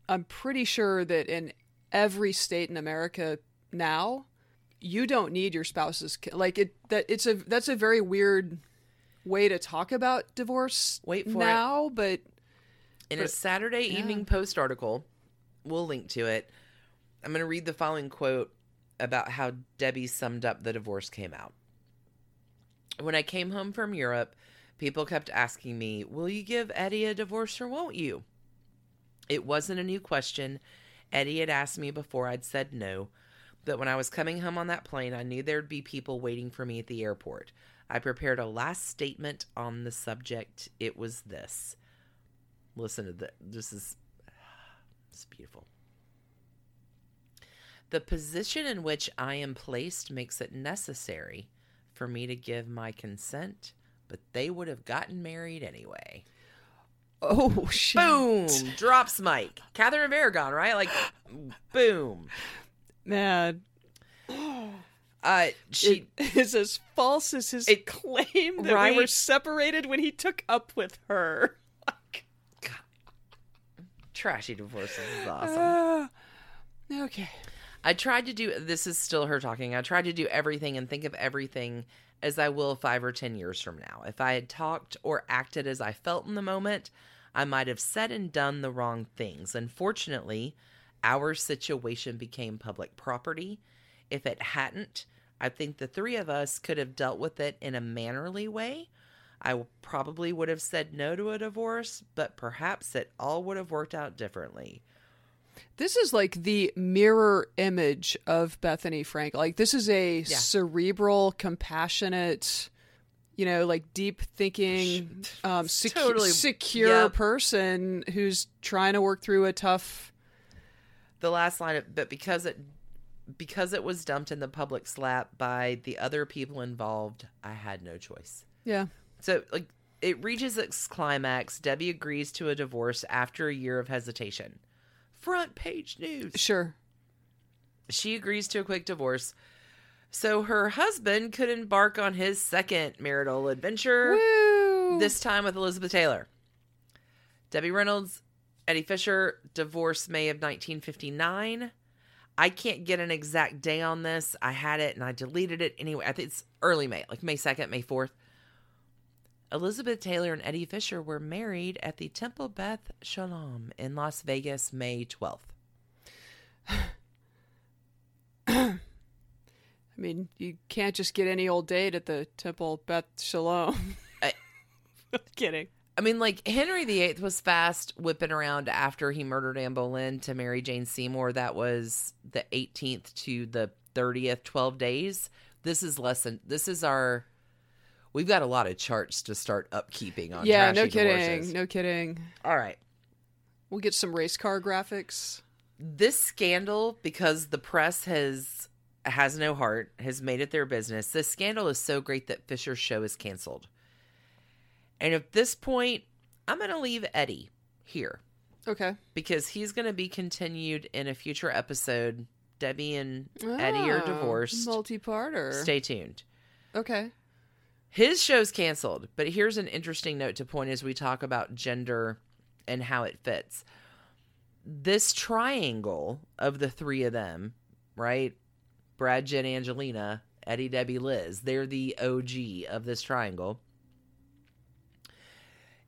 Speaker 3: I'm pretty sure that in every state in America now, you don't need your spouse's ca- like it. That it's a that's a very weird way to talk about divorce.
Speaker 2: Wait for it.
Speaker 3: now, but
Speaker 2: In a Saturday Evening Post article, we'll link to it. I'm going to read the following quote about how Debbie summed up the divorce came out. When I came home from Europe, people kept asking me, Will you give Eddie a divorce or won't you? It wasn't a new question. Eddie had asked me before I'd said no. But when I was coming home on that plane, I knew there'd be people waiting for me at the airport. I prepared a last statement on the subject. It was this. Listen to the this is it's beautiful. The position in which I am placed makes it necessary for me to give my consent, but they would have gotten married anyway.
Speaker 3: oh shit.
Speaker 2: Boom! Drops Mike. Catherine of Aragon, right? Like, boom.
Speaker 3: man,
Speaker 2: Uh, she.
Speaker 3: it is as false as his
Speaker 2: It-
Speaker 3: claim that we were
Speaker 2: right?
Speaker 3: separated when he took up with her. Like,
Speaker 2: trashy divorces is awesome.
Speaker 3: uh, okay.
Speaker 2: I tried to do this is still her talking. I tried to do everything and think of everything as I will 5 or 10 years from now. If I had talked or acted as I felt in the moment, I might have said and done the wrong things. Unfortunately, our situation became public property. If it hadn't, I think the three of us could have dealt with it in a mannerly way. I probably would have said no to a divorce, but perhaps it all would have worked out differently.
Speaker 3: This is like the mirror image of Bethany Frank. Like this is a cerebral, compassionate, you know, like deep thinking, um, secu-
Speaker 2: Totally.
Speaker 3: secure
Speaker 2: Yeah.
Speaker 3: person who's trying to work through a tough.
Speaker 2: the last line of, but because it because it was dumped in the public slap by the other people involved i had no choice
Speaker 3: Yeah.
Speaker 2: so like it reaches its climax debbie agrees to a divorce after a year of hesitation front page news
Speaker 3: Sure.
Speaker 2: she agrees to a quick divorce so her husband could embark on his second marital adventure this time with elizabeth taylor debbie reynolds eddie fisher divorce may of 1959 i can't get an exact day on this i had it and i deleted it anyway i think it's early may like may 2nd may 4th elizabeth taylor and eddie fisher were married at the temple beth shalom in las vegas may 12th
Speaker 3: I mean, you can't just get any old date at the Temple Beth Shalom.
Speaker 2: I-
Speaker 3: Kidding.
Speaker 2: I mean, like Henry VIII was fast whipping around after he murdered Anne Boleyn to marry Jane Seymour. That was the 18th to the 30th, 12 days. This is less than this is our. We've got a lot of charts to start upkeeping on.
Speaker 3: yeah, no
Speaker 2: trashy
Speaker 3: kidding.
Speaker 2: divorces.
Speaker 3: No kidding.
Speaker 2: All right,
Speaker 3: We'll get some race car graphics.
Speaker 2: this scandal because the press has has no heart has made it their business this scandal is so great that fisher's show is canceled and at this point i'm gonna leave eddie here
Speaker 3: Okay.
Speaker 2: because he's going to be continued in a future episode. Debbie and Eddie are
Speaker 3: Ah,
Speaker 2: divorced.
Speaker 3: Multi-parter.
Speaker 2: Stay tuned.
Speaker 3: okay.
Speaker 2: His show's canceled, but here's an interesting note to point as we talk about gender and how it fits. This triangle of the three of them, right? Brad, Jen, Angelina, Eddie, Debbie, Liz, they're the OG of this triangle.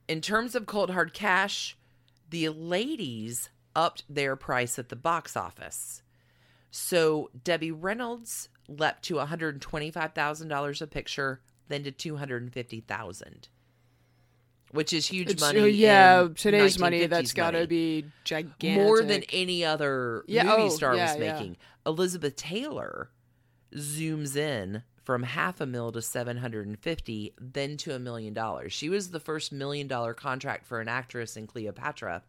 Speaker 2: In terms of cold hard cash, the ladies upped their price at the box office. So Debbie Reynolds leapt to $125,000 a picture, then to 250,000. Which is huge
Speaker 3: It's-
Speaker 2: money.
Speaker 3: uh, yeah,
Speaker 2: in
Speaker 3: today's money. That's
Speaker 2: 1950s
Speaker 3: got to
Speaker 2: money.
Speaker 3: be gigantic.
Speaker 2: more than any other
Speaker 3: Yeah,
Speaker 2: movie
Speaker 3: oh,
Speaker 2: star
Speaker 3: yeah,
Speaker 2: was
Speaker 3: yeah.
Speaker 2: making. Elizabeth Taylor zooms in from half a mil to 750 then to a million dollars she was the first million dollar contract for an actress in cleopatra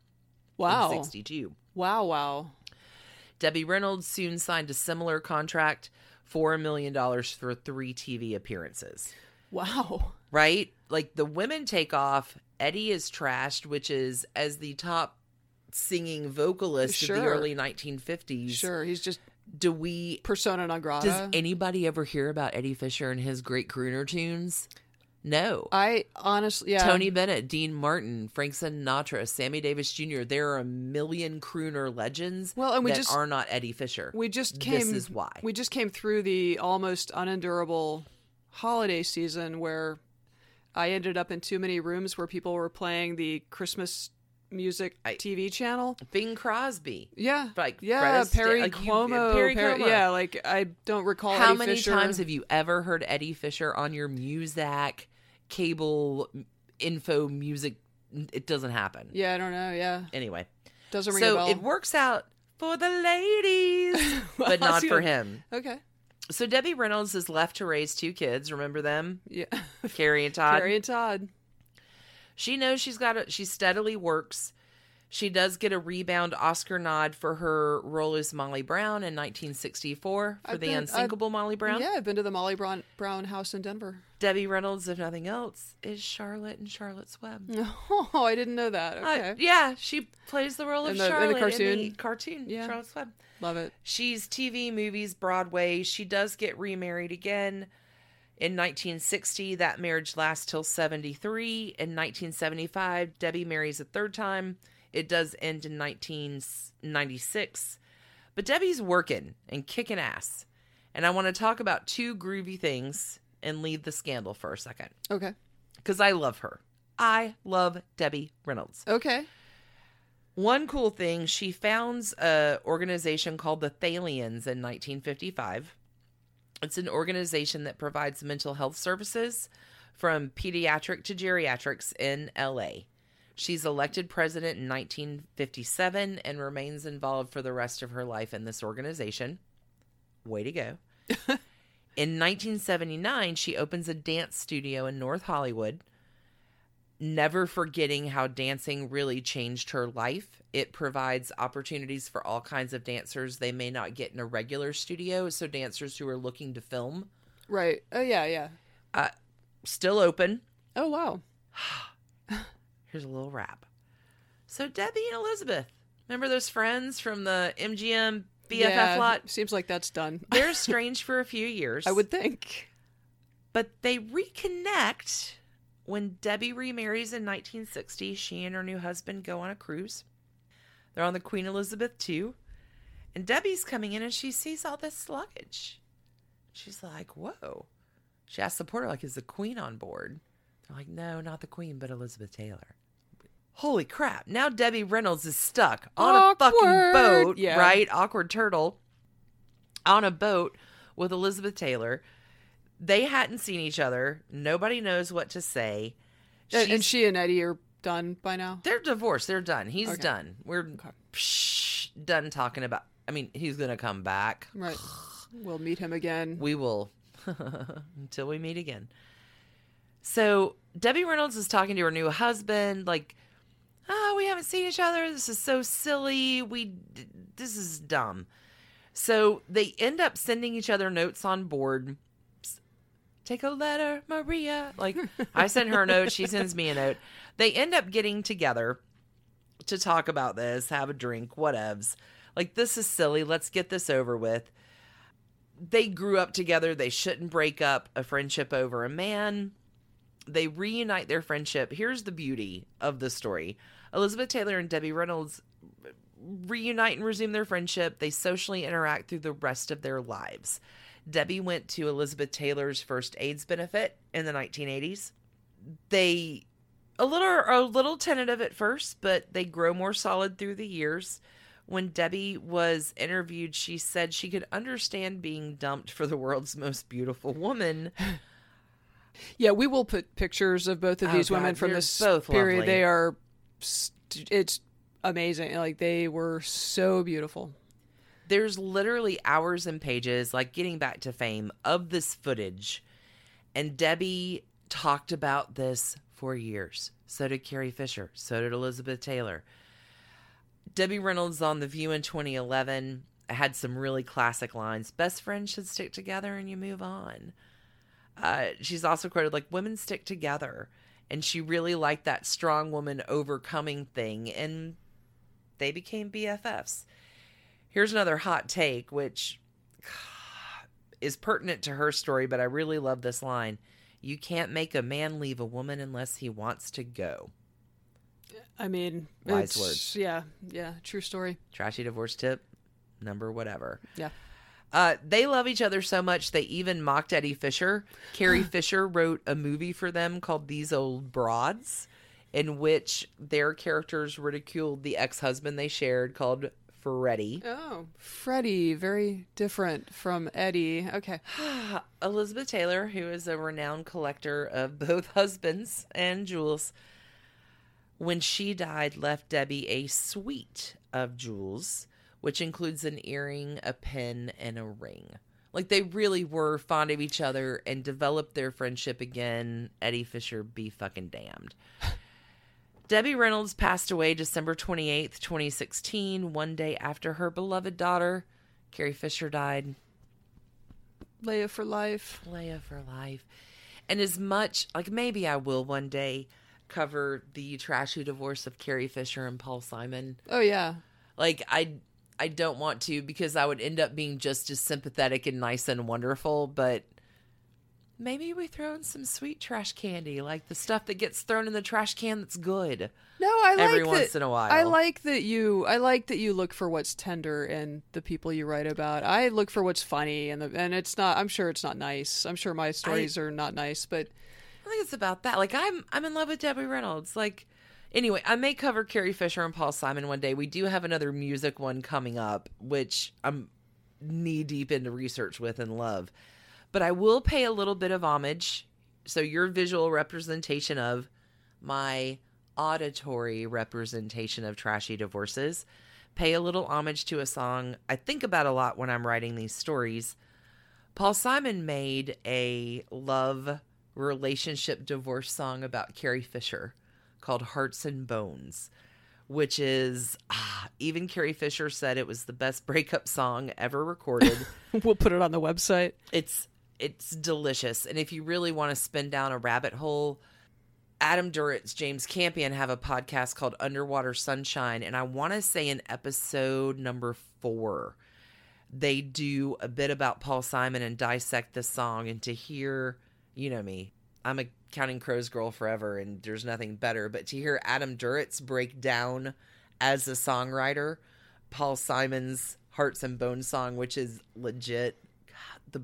Speaker 3: wow.
Speaker 2: in 62
Speaker 3: Wow. Wow.
Speaker 2: Debbie Reynolds soon signed a similar contract, $4 million for three TV appearances,
Speaker 3: Wow.
Speaker 2: right? Like the women take off. Eddie is trashed, which is as the top singing vocalist of the
Speaker 3: Sure.
Speaker 2: early 1950s.
Speaker 3: Sure. He's just
Speaker 2: Do we,
Speaker 3: persona non grata.
Speaker 2: does anybody ever hear about Eddie Fisher and his great crooner tunes? No.
Speaker 3: I honestly, Oh, yeah.
Speaker 2: Tony Bennett, Dean Martin, Frank Sinatra, Sammy Davis Jr. There are a million crooner legends
Speaker 3: Well, and we
Speaker 2: that
Speaker 3: just-
Speaker 2: are not Eddie Fisher.
Speaker 3: we just came.
Speaker 2: This is why.
Speaker 3: we just came through the almost unendurable holiday season where I ended up in too many rooms where people were playing the Christmas music TV channel.
Speaker 2: Bing Crosby.
Speaker 3: Yeah,
Speaker 2: Like
Speaker 3: yeah,
Speaker 2: Fred Astaire-
Speaker 3: Perry,
Speaker 2: like you-
Speaker 3: Cuomo,
Speaker 2: Perry
Speaker 3: Perry-
Speaker 2: Como.
Speaker 3: Yeah, like I don't recall
Speaker 2: How
Speaker 3: Eddie
Speaker 2: many
Speaker 3: Fisher.
Speaker 2: times have you ever heard Eddie Fisher on your Muzak cable m- info music? It doesn't happen.
Speaker 3: Yeah, I don't know. Yeah,
Speaker 2: Anyway,
Speaker 3: doesn't ring a
Speaker 2: so
Speaker 3: bell.
Speaker 2: it works out for the ladies, but not for him.
Speaker 3: Okay.
Speaker 2: So Debbie Reynolds is left to raise two kids. Remember them,
Speaker 3: Yeah.
Speaker 2: Carrie and Todd.
Speaker 3: Carrie and Todd.
Speaker 2: She knows she's got. A, she steadily works. She does get a rebound Oscar nod for her role as Molly Brown in 1964 for
Speaker 3: I've
Speaker 2: the
Speaker 3: been- I've-
Speaker 2: unsinkable Molly Brown.
Speaker 3: uh, Yeah, I've been to the Molly Brown, Brown house in Denver.
Speaker 2: Debbie Reynolds, if nothing else, is Charlotte in Charlotte's Web.
Speaker 3: Oh, I didn't know that.
Speaker 2: Uh,
Speaker 3: Okay.
Speaker 2: yeah, she plays the role of
Speaker 3: In the- in the
Speaker 2: Charlotte in the
Speaker 3: cartoon?
Speaker 2: cartoon
Speaker 3: Yeah.
Speaker 2: Charlotte's Web.
Speaker 3: Love it.
Speaker 2: She's TV, movies, Broadway. She does get remarried again in 1960. That marriage lasts till 73. In 1975, Debbie marries a third time. It does end in 1996. But Debbie's working and kicking ass. And I want to talk about two groovy things and leave the scandal for a second
Speaker 3: Okay.
Speaker 2: because I love her. I love Debbie Reynolds.
Speaker 3: Okay.
Speaker 2: One cool thing, she founds a organization called the Thalians in 1955. It's an organization that provides mental health services from pediatric to geriatrics in LA. She's elected president in 1957 and remains involved for the rest of her life in this organization. Way to go. In 1979, she opens a dance studio in North Hollywood, never forgetting how dancing really changed her life. It provides opportunities for all kinds of dancers they may not get in a regular studio. So, dancers who are looking to film,
Speaker 6: Right. Oh yeah, yeah.
Speaker 2: uh, still open.
Speaker 6: Oh wow.
Speaker 2: Here's a little rap. So, Debbie and Elizabeth, remember those friends from the MGM BFF
Speaker 6: yeah,
Speaker 2: lot?
Speaker 6: Seems like that's done.
Speaker 2: They're strange for a few years.
Speaker 6: I would think.
Speaker 2: But they reconnect when Debbie remarries in 1960. She and her new husband go on a cruise. They're on the Queen Elizabeth II. And Debbie's coming in and she sees all this luggage. She's like, whoa. She asks the porter, like, is the Queen on board? They're like, no, not the Queen, but Elizabeth Taylor. Holy crap. Now Debbie Reynolds is stuck on a fucking
Speaker 6: Awkward.
Speaker 2: boat,
Speaker 6: Yeah.
Speaker 2: right? Awkward turtle on a boat with Elizabeth Taylor. They hadn't seen each other. Nobody knows what to say.
Speaker 6: Uh, And,
Speaker 2: She's-
Speaker 6: and she and Eddie are done by now.
Speaker 2: they're divorced. They're done. He's
Speaker 6: Okay.
Speaker 2: done. We're psh, done talking about. I mean, he's gonna come back.
Speaker 6: Right. We'll meet him again.
Speaker 2: We will until we meet again. So Debbie Reynolds is talking to her new husband, like, "Oh, we haven't seen each other. This is so silly. We, this is dumb." So they end up sending each other notes on board. S- Take a letter, Maria. Like I send her a note, she sends me a note. They end up getting together to talk about this, have a drink, whatevs. Like this is silly. Let's get this over with they grew up together. They shouldn't break up a friendship over a man. They reunite their friendship. Here's the beauty of the story Elizabeth Taylor and Debbie Reynolds reunite and resume their friendship. They socially interact through the rest of their lives. Debbie went to Elizabeth Taylor's first AIDS benefit in the 1980s. They a little are a little tentative at first, but they grow more solid through the years. When Debbie was interviewed, she said she could understand being dumped for the world's most beautiful woman.
Speaker 6: Yeah, we will put pictures of both of
Speaker 2: Oh,
Speaker 6: these women
Speaker 2: God,
Speaker 6: from
Speaker 2: they're
Speaker 6: this
Speaker 2: both
Speaker 6: period.
Speaker 2: lovely.
Speaker 6: They are, st- it's amazing. Like they were so beautiful.
Speaker 2: There's literally hours and pages, like getting back to fame, of this footage. And Debbie talked about this for years. So did Carrie Fisher. So did Elizabeth Taylor. Debbie Reynolds on The View in 2011 had some really classic lines Best friends should stick together and you move on. Uh, she's also quoted like, Women stick together. And she really liked that strong woman overcoming thing. And they became BFFs. Here's another hot take, which is pertinent to her story, but I really love this line. You can't make a man leave a woman unless he wants to go.
Speaker 6: I mean,
Speaker 2: Wise
Speaker 6: it's-
Speaker 2: words.
Speaker 6: Yeah, yeah, true story.
Speaker 2: Trashy divorce tip, number whatever.
Speaker 6: Yeah.
Speaker 2: Uh, they love each other so much they even mocked Eddie Fisher. Carrie Fisher wrote a movie for them called These Old Broads, in which their characters ridiculed the ex husband they shared called Freddie.
Speaker 6: Oh, Freddie, very different from Eddie. Okay.
Speaker 2: Elizabeth Taylor, who is a renowned collector of both husbands and jewels, when she died, left Debbie a suite of jewels, which includes an earring, a pin, and a ring. Like they really were fond of each other and developed their friendship again. Eddie Fisher be fucking damned. Debbie Reynolds passed away December 28th, 2016, one day after her beloved daughter, Carrie Fisher, died.
Speaker 6: Leia for life.
Speaker 2: Leia for life. And as much like maybe I will one day cover the trashy divorce of Carrie Fisher and Paul Simon.
Speaker 6: Oh yeah.
Speaker 2: Like I I don't want to because I would end up being just as sympathetic and nice and wonderful, but maybe we throw in some sweet trash candy, like the stuff that gets thrown in the trash can that's good.
Speaker 6: No, I like
Speaker 2: Every
Speaker 6: that,
Speaker 2: once in a while.
Speaker 6: I like that you. I like that you look for what's tender in the people you write about. I look for what's funny, and the, and it's not. I'm sure it's not nice. I'm sure my stories are not nice, but
Speaker 2: I think it's about that. Like I'm I'm in love with Debbie Reynolds. Like anyway, I may cover Carrie Fisher and Paul Simon one day. We do have another music one coming up, which I'm knee deep into research with and love. But I will pay a little bit of homage. So your visual representation of my auditory representation of trashy divorces. Pay a little homage to a song I think about a lot when I'm writing these stories Paul Simon made a love relationship divorce song about Carrie Fisher called Hearts and Bones, which is, ah, even Carrie Fisher said it was the best breakup song ever recorded.
Speaker 7: we'll put it on the website.
Speaker 2: it's it's delicious and if you really want to spin down a rabbit hole adam duritz james campion have a podcast called underwater sunshine and i want to say in episode number four they do a bit about paul simon and dissect the song and to hear you know me i'm a counting crows girl forever and there's nothing better but to hear adam duritz break down as a songwriter paul simon's hearts and bones song which is legit God, the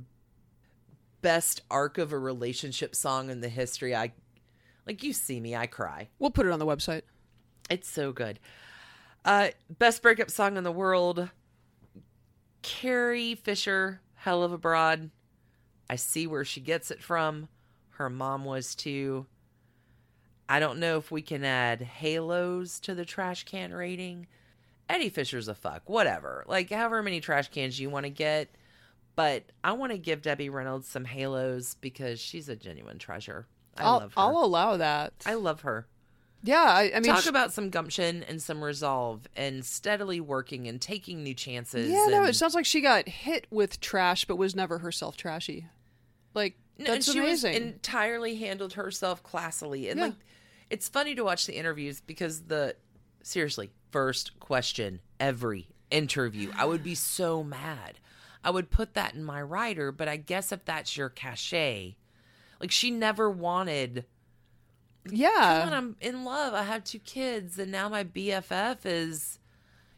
Speaker 2: best arc of a relationship song in the history. I like you see me, I cry.
Speaker 3: We'll put it on the website.
Speaker 2: It's so good. Uh best breakup song in the world. Carrie Fisher, Hell of a Broad. I see where she gets it from. Her mom was too. I don't know if we can add halos to the trash can rating. Eddie Fisher's a fuck, whatever. Like however many trash cans you want to get, but I want to give Debbie Reynolds some halos because she's a genuine treasure. I
Speaker 3: will
Speaker 2: love her.
Speaker 3: I'll allow that.
Speaker 2: I love her.
Speaker 3: yeah, I, I mean,
Speaker 2: Talk
Speaker 3: sh-
Speaker 2: about some gumption and some resolve and steadily working and taking new chances.
Speaker 3: yeah, no,
Speaker 2: and-
Speaker 3: it sounds like she got hit with trash, but was never herself trashy. Like
Speaker 2: No,
Speaker 3: that's
Speaker 2: and she was
Speaker 3: amazing.
Speaker 2: entirely handled herself classily. And
Speaker 3: Yeah.
Speaker 2: like it's funny to watch the interviews because the seriously, first question every interview. I would be so mad. I would put that in my writer, but I guess if that's your cachet, like she never wanted
Speaker 3: yeah,
Speaker 2: Come on, I'm in love. I have two kids, and now my BFF is.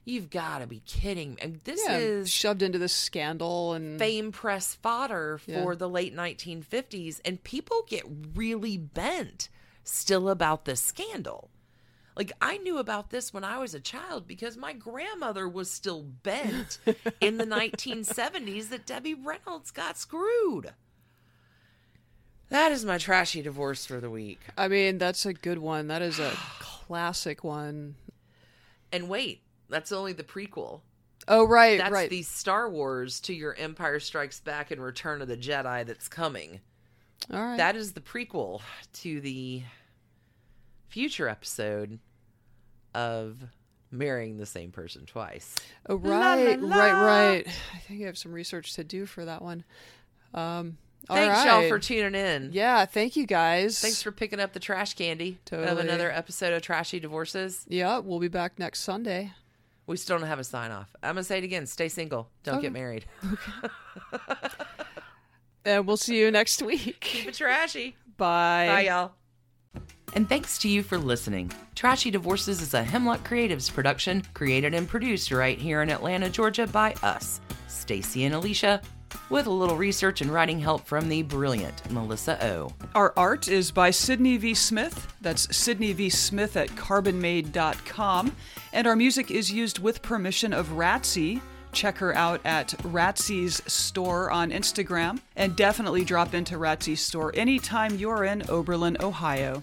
Speaker 2: You've got to be kidding me. And This
Speaker 3: yeah,
Speaker 2: is
Speaker 3: shoved into this scandal and
Speaker 2: fame press fodder
Speaker 3: Yeah.
Speaker 2: for the late 1950s, and people get really bent still about this scandal. Like, I knew about this when I was a child because my grandmother was still bent in the 1970s that Debbie Reynolds got screwed. That is my trashy divorce for the week.
Speaker 3: I mean, that's a good one. That is a classic one.
Speaker 2: And wait, that's only the prequel.
Speaker 3: Oh right,
Speaker 2: That's
Speaker 3: right.
Speaker 2: the Star Wars to your Empire Strikes Back and Return of the Jedi that's coming.
Speaker 3: All right.
Speaker 2: That is the prequel to the future episode of marrying the same person twice.
Speaker 3: oh, right, right, right. I think I have some research to do for that one. Um, all
Speaker 2: Thanks y'all
Speaker 3: right.
Speaker 2: for tuning in.
Speaker 3: yeah. Thank you guys.
Speaker 2: Thanks for picking up the trash candy of
Speaker 3: Totally.
Speaker 2: another episode of Trashy Divorces.
Speaker 3: Yeah, we'll be back next Sunday.
Speaker 2: We still don't have a sign off. I'm gonna say it again. Stay single. Don't get married.
Speaker 3: And we'll see you next week.
Speaker 2: Keep it trashy.
Speaker 3: Bye.
Speaker 2: Bye, y'all. And thanks to you for listening. Trashy Divorces is a Hemlock Creatives production, created and produced right here in Atlanta, Georgia by us, Stacy and Alicia, with a little research and writing help from the brilliant Melissa O.
Speaker 7: Our art is by Sydney V. Smith. That's Sydney V. Smith at carbonmade.com. And our music is used with permission of Ratsy. Check her out at Ratsy's store on Instagram. And definitely drop into Ratsy's store anytime you're in Oberlin, Ohio.